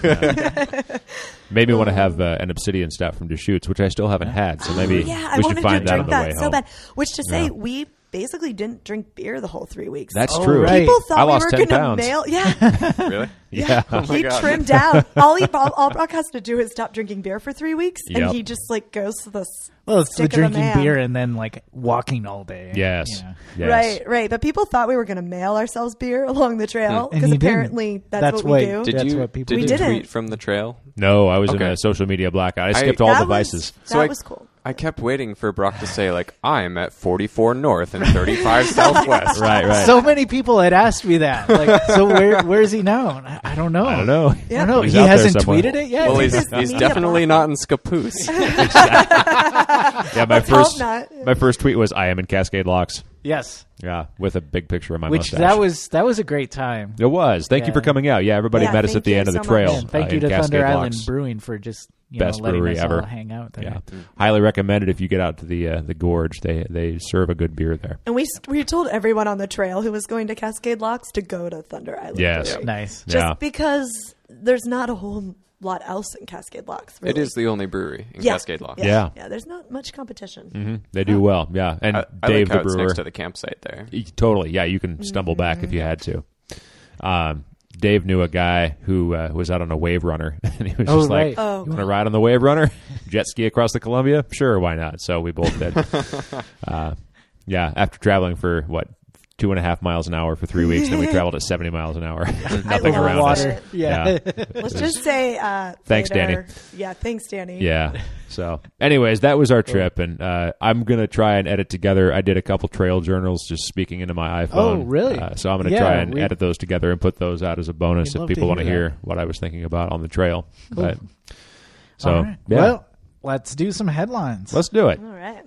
Made me want to have uh, an obsidian stout from Deschutes, which I still haven't had. So maybe Oh, yeah, I wanted we should to drink find that on the that way home. so bad. Which to say, Yeah. we basically didn't drink beer the whole three weeks. That's Oh, true. right. people thought I we lost were 10 going to pounds. Oh mail. Yeah, Really? yeah. he Oh God. trimmed down. All he all, all Brock has to do is stop drinking beer for three weeks, Yep. and he just like goes to this. Well, it's the Stick of a drinking man. beer and then like walking all day. Yes. you know. yes. Right, right. But people thought we were going to mail ourselves beer along the trail And because you didn't. apparently that's, That's what we why- do. Did That's you, what people did We you didn't. tweet from the trail? No, I was in Okay. a social media blackout. I skipped I- all That the was- vices. That I- was cool. I kept waiting for Brock to say like I'm at 44 north and 35 southwest. Right, right. So many people had asked me that. Like, so where where is he now? And I, I don't know. I don't know. I don't know. He's he out there hasn't somewhere. tweeted it yet. Well, he's, This is he's media definitely not in Scappoose. Yeah, my hope first not. my first tweet was I am in Cascade Locks. yes. Yeah, with a big picture of my Which mustache. that was that was a great time. It was. Thank you Yeah. for coming out. Yeah, everybody Yeah, met us thank at the you end of the so trail. much. And thank uh, you in to Cascade Thunder Island Locks. Brewing for just you Best know, letting brewery us ever. all hang out there. Yeah, highly recommended if you get out to the uh, the gorge. They they serve a good beer there. And we we told everyone on the trail who was going to Cascade Locks to go to Thunder Island. Yes. Brewery. Nice. just Yeah. because there's not a whole lot else in Cascade Locks. Really. It is the only brewery in Yeah. Cascade Mm-hmm. Locks. Yeah. Yeah. yeah, There's not much competition. They do well. Yeah, and I, I Uh, Dave like how the it's brewer. next to the campsite there. Y- Totally. Yeah, you can stumble back Mm-hmm. if you had to. Um, Dave knew a guy who uh, was out on a wave runner, and he was Oh, just like, right. Oh. "You want to ride on the wave runner? Jet ski across the Columbia? Sure, why not?" So we both did. uh, yeah, after traveling for what two and a half miles an hour for three weeks, then we traveled at seventy miles an hour. Nothing love around water. us. Yeah. Let's just say uh, Thanks, later- Yeah, thanks, Danny. Yeah. So, anyways, that was our trip, and uh, I'm gonna try and edit together. I did a couple trail journals, just speaking into my iPhone. Oh, really? Uh, so I'm gonna Yeah, try and we- edit those together and put those out as a bonus We'd if love to people want to hear hear what I was thinking about on the trail. Cool. But so, All right. yeah, Well, let's do some headlines. let's do it. All right.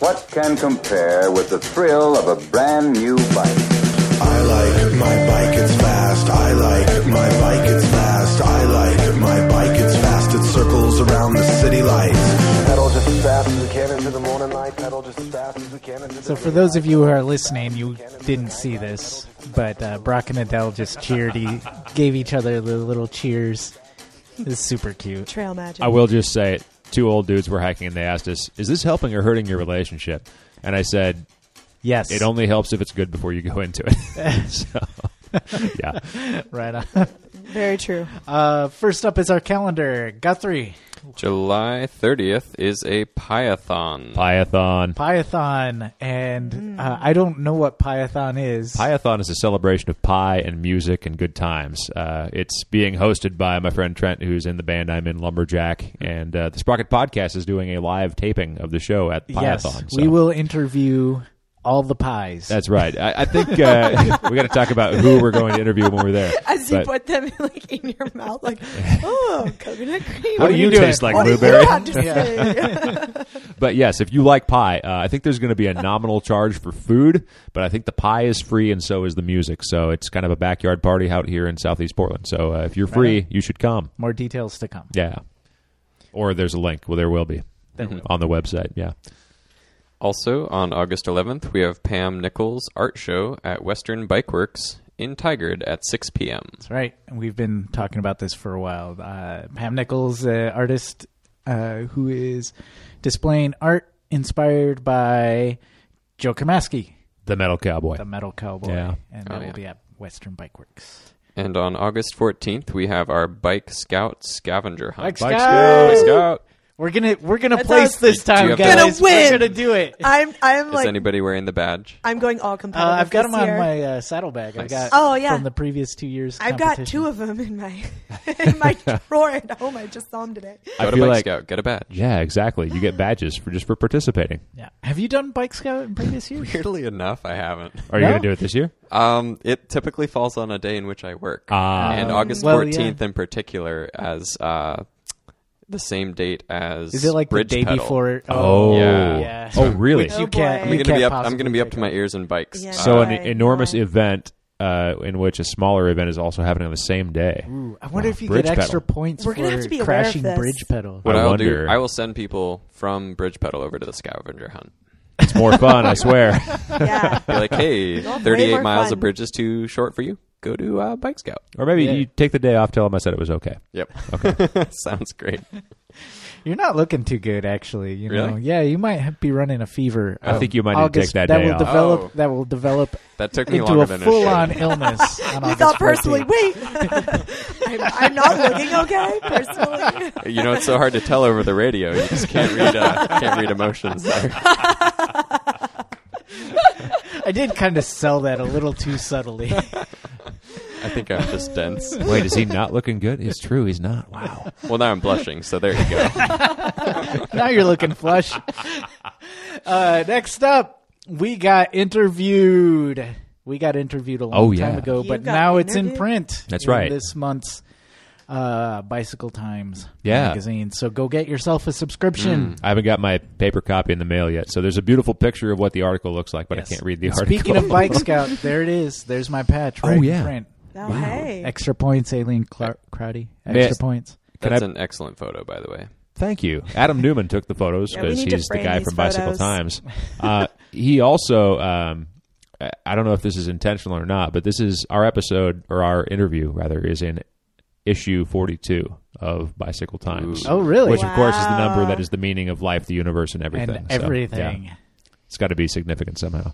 What can compare with the thrill of a brand new bike? I like my bike, it's fast. I like my bike, it's fast. I like my bike, it's fast. It circles around the city lights. pedal just as fast as we can into the morning light. Pedal just as fast as we can into the So, for those of you who are listening, you didn't see this, but uh, Brock and Adele just cheered. He gave each other the little cheers. It's super cute. Trail magic. I will just say it. Two old dudes were hiking and they asked us, Is this helping or hurting your relationship? And I said, Yes, It only helps if it's good before you go into it. so, yeah. right on. Very true. Uh, first up is our calendar. Guthrie July 30th is a Python. Python. Python, and uh, I don't know what Python is. Python is a celebration of pie and music and good times. Uh, it's being hosted by my friend Trent, who's in the band I'm in, Lumberjack, and uh, the Sprocket Podcast is doing a live taping of the show at Python. yes, we so- will interview all the pies. That's right. I, I think uh, we got to talk about who we're going to interview when we're there. As you But put them like in your mouth, like oh, coconut cream. how do do you you taste taste? like What do you blueberry? have to say? But yes, if you like pie, uh, I think there's going to be a nominal charge for food, but I think the pie is free and so is the music. So it's kind of a backyard party out here in Southeast Portland. So uh, if you're free, you should come. More details to come. Yeah. Or there's a link. Well, there will be on the website. Yeah. Also, on August 11th, we have Pam Nichols' art show at Western Bike Works in Tigard at 6 p.m. That's right. We've been talking about this for a while. Uh, Pam Nichols, uh, artist uh, who is displaying art inspired by Joe Kamaski, The Metal Cowboy. the metal cowboy, Yeah. and that Oh, yeah. will be at Western Bike Works. And on August 14th, we have our Bike Scout scavenger hunt. Bike Bike Scout! Scout! We're gonna we're gonna That's place us. this time, have to- guys. Gonna win. We're gonna do it. Uh, I'm I'm Is like anybody wearing the badge? I'm going all competitive. I've got this them on year. my uh, saddlebag. I've got Nice. Oh, yeah. from the previous two years. I've got two of them in my in my drawer at home. I just saw them today. Go I to feel Bike like. Scout, get a badge. Yeah, exactly. You get badges for just for participating. Yeah. Have you done Bike Scout in previous years? Weirdly enough, I haven't. Are you No. going to do it this year? Um, it typically falls on a day in which I work, Ah. and Um, August well, 14th in particular, as uh, the same date as Is it like Bridge the day Pedal. before? Oh. Yeah. Yeah. Oh, really? Which Oh, you boy. can't. I'm I'm you gonna be can't up. I'm gonna possibly be up pick to my ears in bikes. Uh, Yeah. So an Right, enormous right. event uh, in which a smaller event is also happening on the same day. Ooh, I wonder if you Bridge get extra pedal. points We're gonna for have to be aware of crashing this. bridge pedal. What I I'll wonder- do, I will send people from Bridge Pedal over to the scavenger hunt. It's more fun, I swear. Yeah. Be like, hey, That's way 38 more miles fun. of bridge is too short for you. Go to uh, Bike Scout. Or maybe Yeah. you take the day off, tell them I said it was okay. Yep. Okay. Sounds great. You're not looking too good, actually. You know, Really? yeah, you might ha- be running a fever. I Um, think you might need to August- take that day will off. develop. Oh. That will develop That took me into longer a than full-on it should. illness. on You August thought personally, 14th. wait, I'm, I'm not looking okay personally. You know, it's so hard to tell over the radio. You just can't read. Uh, can't read emotions there. I did kind of sell that a little too subtly. I think I'm just dense. Wait, is he not looking good? It's true, he's not. Wow. Well, now I'm blushing. So there you go. now you're looking flush. Uh, next up, we got interviewed. We got interviewed a long Oh, time yeah. ago, You but got now it's in interviewed? print. That's in right. This month's uh, Bicycle Times Yeah. Mm. magazine. So go get yourself a subscription. I haven't got my paper copy in the mail yet. So there's a beautiful picture of what the article looks like, but Yes. I can't read the And article. Speaking of Bike Scout, there it is. There's my patch right yeah. in print. Oh, hey. Extra points, Aileen Clark- Crowdy. Extra Yes. points. Can That's I- an excellent photo, by the way. Thank you. Adam Newman took the photos Yeah, we because need to he's the frame guy these from Bicycle photos. Times. Uh, he also, um, I- I don't know if this is intentional or not, but this is our episode or our interview rather is in issue 42 of Bicycle Times. Oh, really? Which of course is the number Wow. that is the meaning of life, the universe, and everything. and So, everything. yeah, it's got to be significant somehow.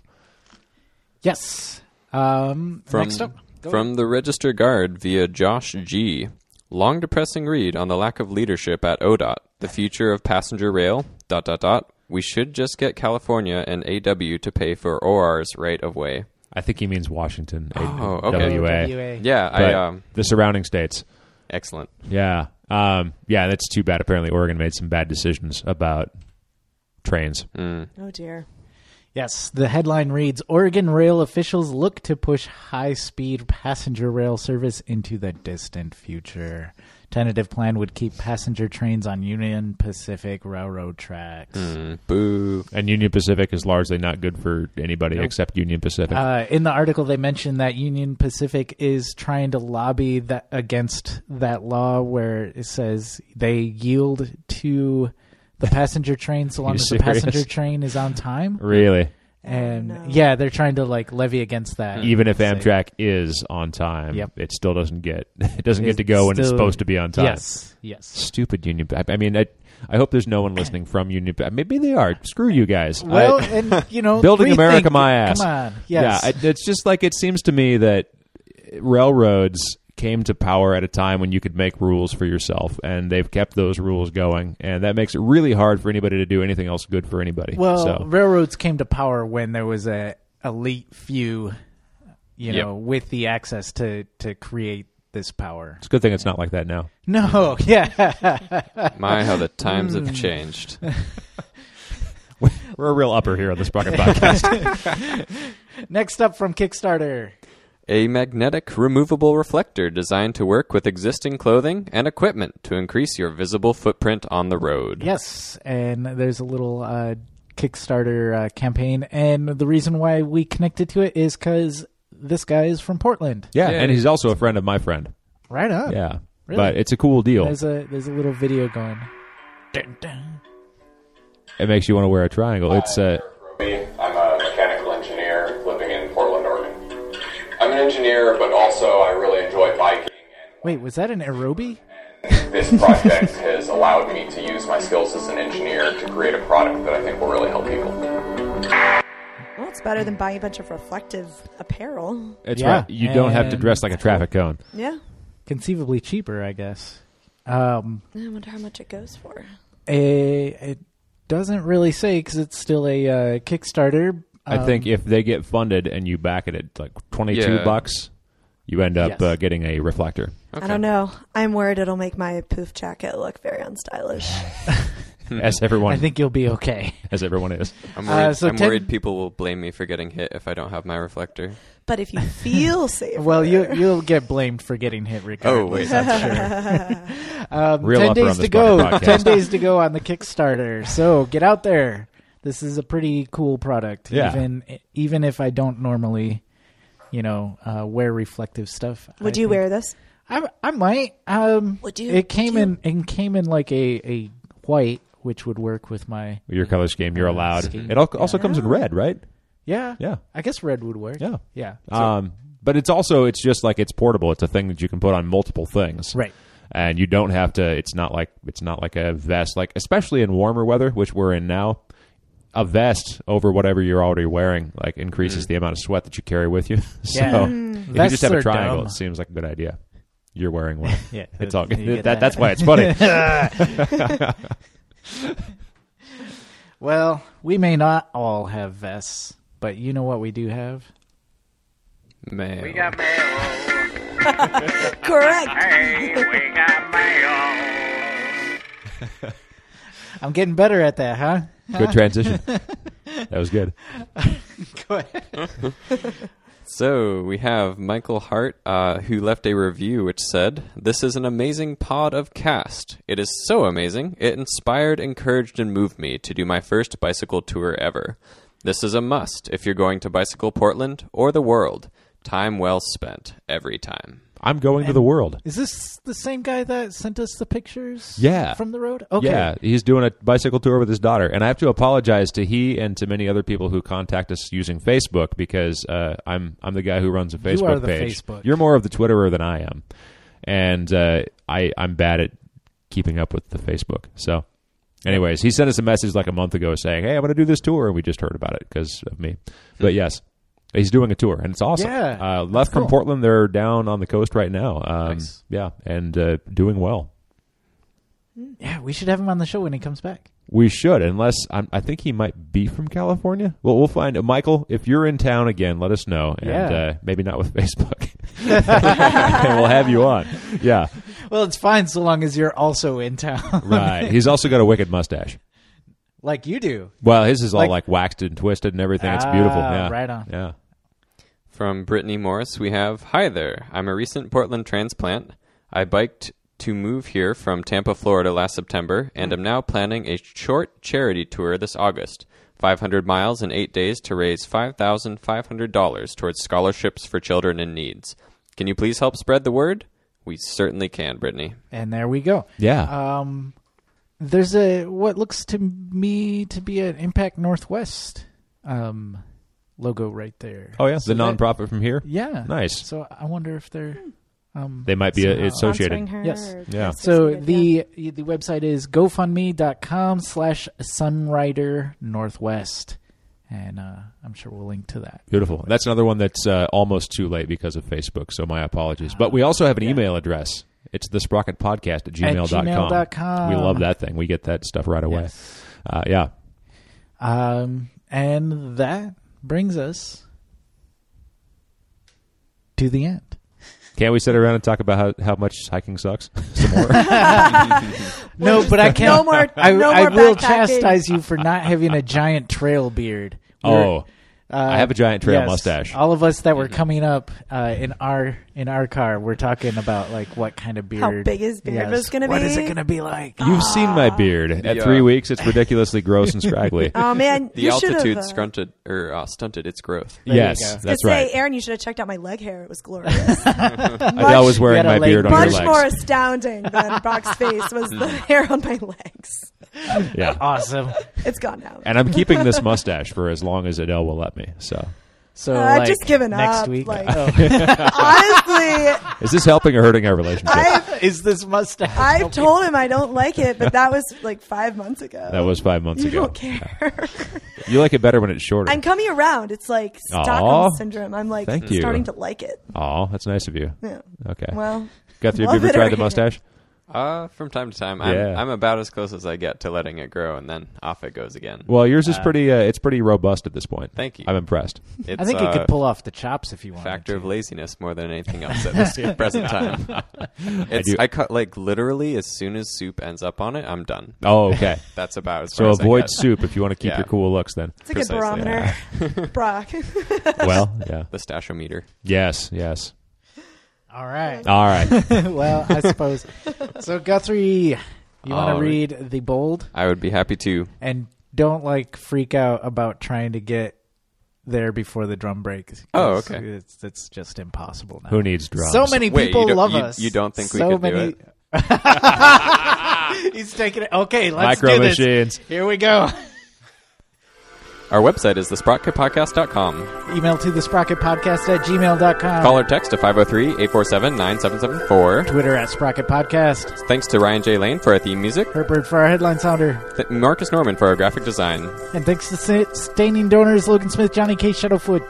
Yes. Um, From, next up. Go from the Register Guard via Josh G. Long depressing read on the lack of leadership at ODOT, the future of passenger rail, dot dot dot. We should just get California and AW to pay for OR's right of way. I think he means Washington. Oh, okay. WA. WA. Yeah, But I um the surrounding states. excellent. Yeah. Um, yeah, that's too bad. Apparently, Oregon made some bad decisions about trains. Oh dear. Yes, the headline reads Oregon rail officials look to push high speed passenger rail service into the distant future. Tentative plan would keep passenger trains on Union Pacific Railroad tracks. Hmm. Boo. And Union Pacific is largely not good for anybody except Union Pacific. Uh, in the article, they mentioned that Union Pacific is trying to lobby that against that law where it says they yield to the passenger train so long You as the serious? passenger train is on time. really, uh, And no. yeah, they're trying to like levy against that. even if Say- Amtrak is on time, Yep. it still doesn't get it doesn't get It's to go when it's still- supposed to be on time. Yes, yes. Stupid Union. I, I mean, I, I hope there's no one listening from Union. Maybe they are. Screw you guys. Well, I- and you know, building rethink America, it. my ass. Come on, yes. Yeah, it, it's just like it seems to me that railroads came to power at a time when you could make rules for yourself, and they've kept those rules going, and that makes it really hard for anybody to do anything else good for anybody. Well, so, railroads came to power when there was a elite few, you know, with the access to to create this power. it's a good thing it's not like that now. No, yeah, My, how the times Hmm. have changed. We're a real upper here on this Sprocket podcast. Next up from Kickstarter. A magnetic removable reflector designed to work with existing clothing and equipment to increase your visible footprint on the road. Yes, and there's a little uh, Kickstarter uh, campaign, and the reason why we connected to it is because this guy is from Portland. yeah, and he's also a friend of my friend. Right on. Yeah, Really? but it's a cool deal. There's a there's a little video going. Dun, dun. it makes you want to wear a triangle. It's uh, Roby. I'm a mechanical engineer living in Portland, Oregon. I'm an engineer, but also I really enjoy biking. Wait, was that an Aerobi? And this project has allowed me to use my skills as an engineer to create a product that I think will really help people. Well, it's better than buying a bunch of reflective apparel. it's Yeah. right. You don't have to And- dress like a traffic cone. Yeah. Conceivably cheaper, I guess. Um, I wonder how much it goes for. a, it doesn't really say because it's still a uh, Kickstarter. Um, I think if they get funded and you back it at like twenty two Yeah. bucks, you end up Yes. uh, getting a reflector. I don't know. I'm worried it'll make my poof jacket look very unstylish. as everyone I think you'll be okay. as everyone is. I'm, worried, so I'm Ted- worried people will blame me for getting hit if I don't have my reflector. But if you feel safe, Well, you you'll get blamed for getting hit Oh, regardless. wait. that's- um, Real ten upper days on this to go. podcast. ten days to go on the Kickstarter. So get out there. This is a pretty cool product. Yeah. Even even if I don't normally, you know, uh, wear reflective stuff. would I you think- wear this? I I might. Um, Would you- It came would you? in and came in like a a white, which would work with my Your color scheme, you're allowed. It al- also comes in red, right? yeah Yeah. I guess red would work. Yeah. yeah. um, but it's also it's just like it's portable. It's a thing that you can put on multiple things, Right. And you don't have to. It's not like it's not like a vest. Like especially in warmer weather, which we're in now, a vest over whatever you're already wearing like Mm. increases the amount of sweat that you carry with you. so Yeah. if you Vests just have are a triangle, dumb. it seems like a good idea. You're wearing one. Yeah, it's all you good. That, get that. that's why it's funny. Well, we may not all have vests, but you know what we do have? Man. Correct. I'm getting better at that, huh? good transition. That was good. Go ahead. So we have Michael Hart, uh, who left a review which said, "This is an amazing pod of cast. It is so amazing. It inspired, encouraged, and moved me to do my first bicycle tour ever. This is a must if you're going to bicycle Portland or the world. Time well spent every time." I'm going to the world. Is this the same guy that sent us the pictures? Yeah. From the road? Okay. Yeah, he's doing a bicycle tour with his daughter, and I have to apologize to he and to many other people who contact us using Facebook because uh, I'm I'm the guy who runs a Facebook are the page. Facebook. You're more of the Twitterer than I am, and uh, I I'm bad at keeping up with the Facebook. So, anyways, he sent us a message like a month ago saying, "Hey, I'm going to do this tour," and we just heard about it because of me. But yes. He's doing a tour and it's awesome. Hmm. Yeah, uh, left from cool. Portland, they're down on the coast right now. Um, Nice. Yeah, and uh, doing well. Yeah, we should have him on the show when he comes back. We should, unless I'm, I think he might be from California. Well, we'll find uh, Michael, if you're in town again, let us know, and Yeah. uh, maybe not with Facebook, and we'll have you on. Yeah, Well, it's fine so long as you're also in town. right. He's also got a wicked mustache. like you do. Well, his is all Like- like, waxed and twisted and everything. It's beautiful. Ah, Yeah, right on. Yeah, From Brittany Morris, we have Hi there. I'm a recent Portland transplant. I biked to move here from Tampa, Florida last September, and am now planning a short charity tour this August. 500 miles in eight days to raise $5,500 towards scholarships for children in needs. Can you please help spread the word? We certainly can, Brittany. And there we go. Yeah. Um, there's a what looks to me to be an Impact Northwest um, logo right there. Oh yeah, So the that- nonprofit from here. Yeah. Nice. So I wonder if they're. Um, They might be uh, somehow- associated. Sponsoring her Yes. or- Yeah. So Yeah. the the website is gofundme.com slash sunrider northwest. And uh, I'm sure we'll link to that. Beautiful. That's another one that's uh, almost too late because of Facebook, so my apologies. But we also have an email address. It's the sprocket podcast at gmail.com. gmail.com. We love that thing. We get that stuff right away. Yes. Uh, yeah. Um, and that brings us to the end. Can't we sit around and talk about how, how much hiking sucks some more? No, but I can't. No more- I, no more I will backpacking. chastise you for not having a giant trail beard. uh, oh, I have a giant trail Yes. mustache. All of us that were coming up uh, in our in our car, we're talking about like what kind of beard, How big his beard was gonna What is it be? going to be like? You've seen my beard. At Yeah. three weeks, it's ridiculously gross and scraggly. Oh man, The you should have. altitude Uh, stunted, or, uh, stunted its growth. There you yes, go. to that's say, right. Aaron, you should have checked out my leg hair. It was glorious. I was wearing You had my a leg beard on your beard. Much legs. Mm. more astounding than Brock's face was the hair on my legs. Yeah. Awesome. It's gone now. And I'm keeping this mustache for as long as Adele will let me. So, So Uh, I've like, just given next up, week. like- Oh. Honestly, is this helping or hurting our relationship? I've is this mustache? I've told him I don't like it, but that was like five months ago. that was five months you ago. don't care. You like it better when it's shorter. I'm coming around. It's like Stockholm Aw. syndrome. I'm like Thank you. starting to like it. Oh, that's nice of you. Yeah. Okay. Well, Guthrie, have love you ever it or tried the hate it. mustache? Uh, from time to time, I'm, Yeah. I'm about as close as I get to letting it grow, and then off it goes again. Well, yours is pretty. Uh, it's pretty robust at this point. Thank you. I'm impressed. It's, I think it uh, could pull off the chops if you want. factor of laziness more than anything else at this present time. It's, do- I, cut like literally as soon as soup ends up on it, I'm done. Oh, okay. That's about as so far as I avoid get. soup if you want to keep Yeah. your cool looks. Then. it's a good Precisely. barometer, Brock. Well, yeah. the stashometer. Yes. Yes. All right. All right. well, I suppose. So Guthrie, you want All Oh, to right. read the bold I would be happy to. and don't like freak out about trying to get there before the drum break. 'cause Oh, okay. It's, it's just impossible now. Who needs drums? So many Wait, you people don't- love you- us. you don't think we so could do many... He's taking it. Okay, let's micro do this. machines. Here we go. Our website is thesprocketpodcast.com. Email to the sprocket podcast at gmail.com. Call or text to 503-847-9774. Twitter at Sprocket Podcast. Thanks to Ryan J. Lane for our theme music, Herb Bird for our headline sounder. th- Marcus Norman for our graphic design, And thanks to Sa- Staining Donors, Logan Smith, Johnny K. Shadowfoot,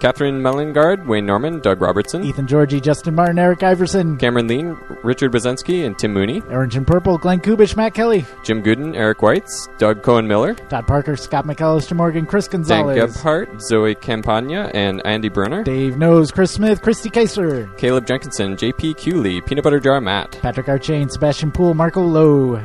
Catherine Mellengard, Wayne Norman, Doug Robertson, Ethan Georgie, Justin Martin, Eric Iverson, Cameron Lean, Richard Brzezinski, and Tim Mooney, Orange and Purple, Glenn Kubish, Matt Kelly, Jim Gooden, Eric Whites, Doug Cohen-Miller, Todd Parker, Scott McAllister Morgan, Chris Dan Gonzalez, Gebhardt, Zoe Campagna, and Andy Brunner. Dave Knows, Chris Smith, Christy Kaiser, Caleb Jenkinson, JP Cooley, Peanut Butter Jar Matt, Patrick Archain, Sebastian Poole, Marco Lowe,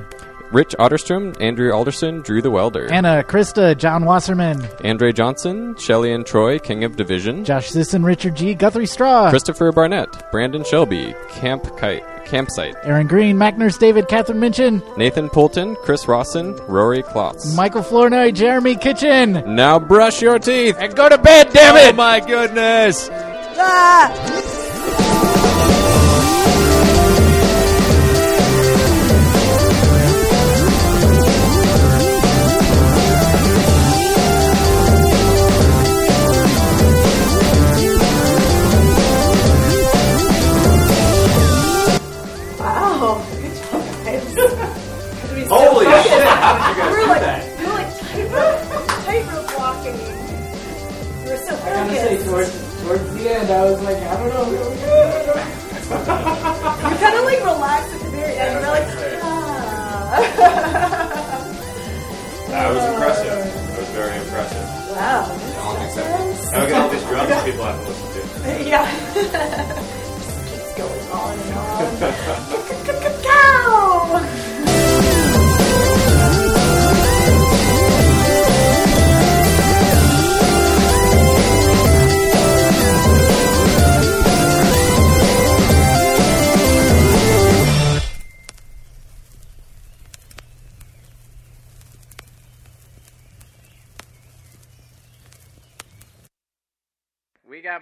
Rich Otterstrom, Andrew Alderson, Drew the Welder, Anna, Krista, John Wasserman, Andre Johnson, Shelley and Troy, King of Division, Josh Sisson, Richard G, Guthrie Straw, Christopher Barnett, Brandon Shelby, Camp Kite, Campsite, Aaron Green, Mac Nurse David, Catherine Minchin, Nathan Poulton, Chris Rawson, Rory Klotz. Michael Flournoy, Jeremy Kitchen, now brush your teeth! and go to bed, damn it! Oh my goodness. Ah! Wow. Holy shit! How did you guys we're like, We're like tightrope, tightrope walking. We're so focused. towards the end, I was like, I don't know. You kind of like relax at the very end. You're like, ah. That was impressive. That was very impressive. wow. Now we got all these drums people have to listen to. Yeah. Just keeps going on and on. Cow. we got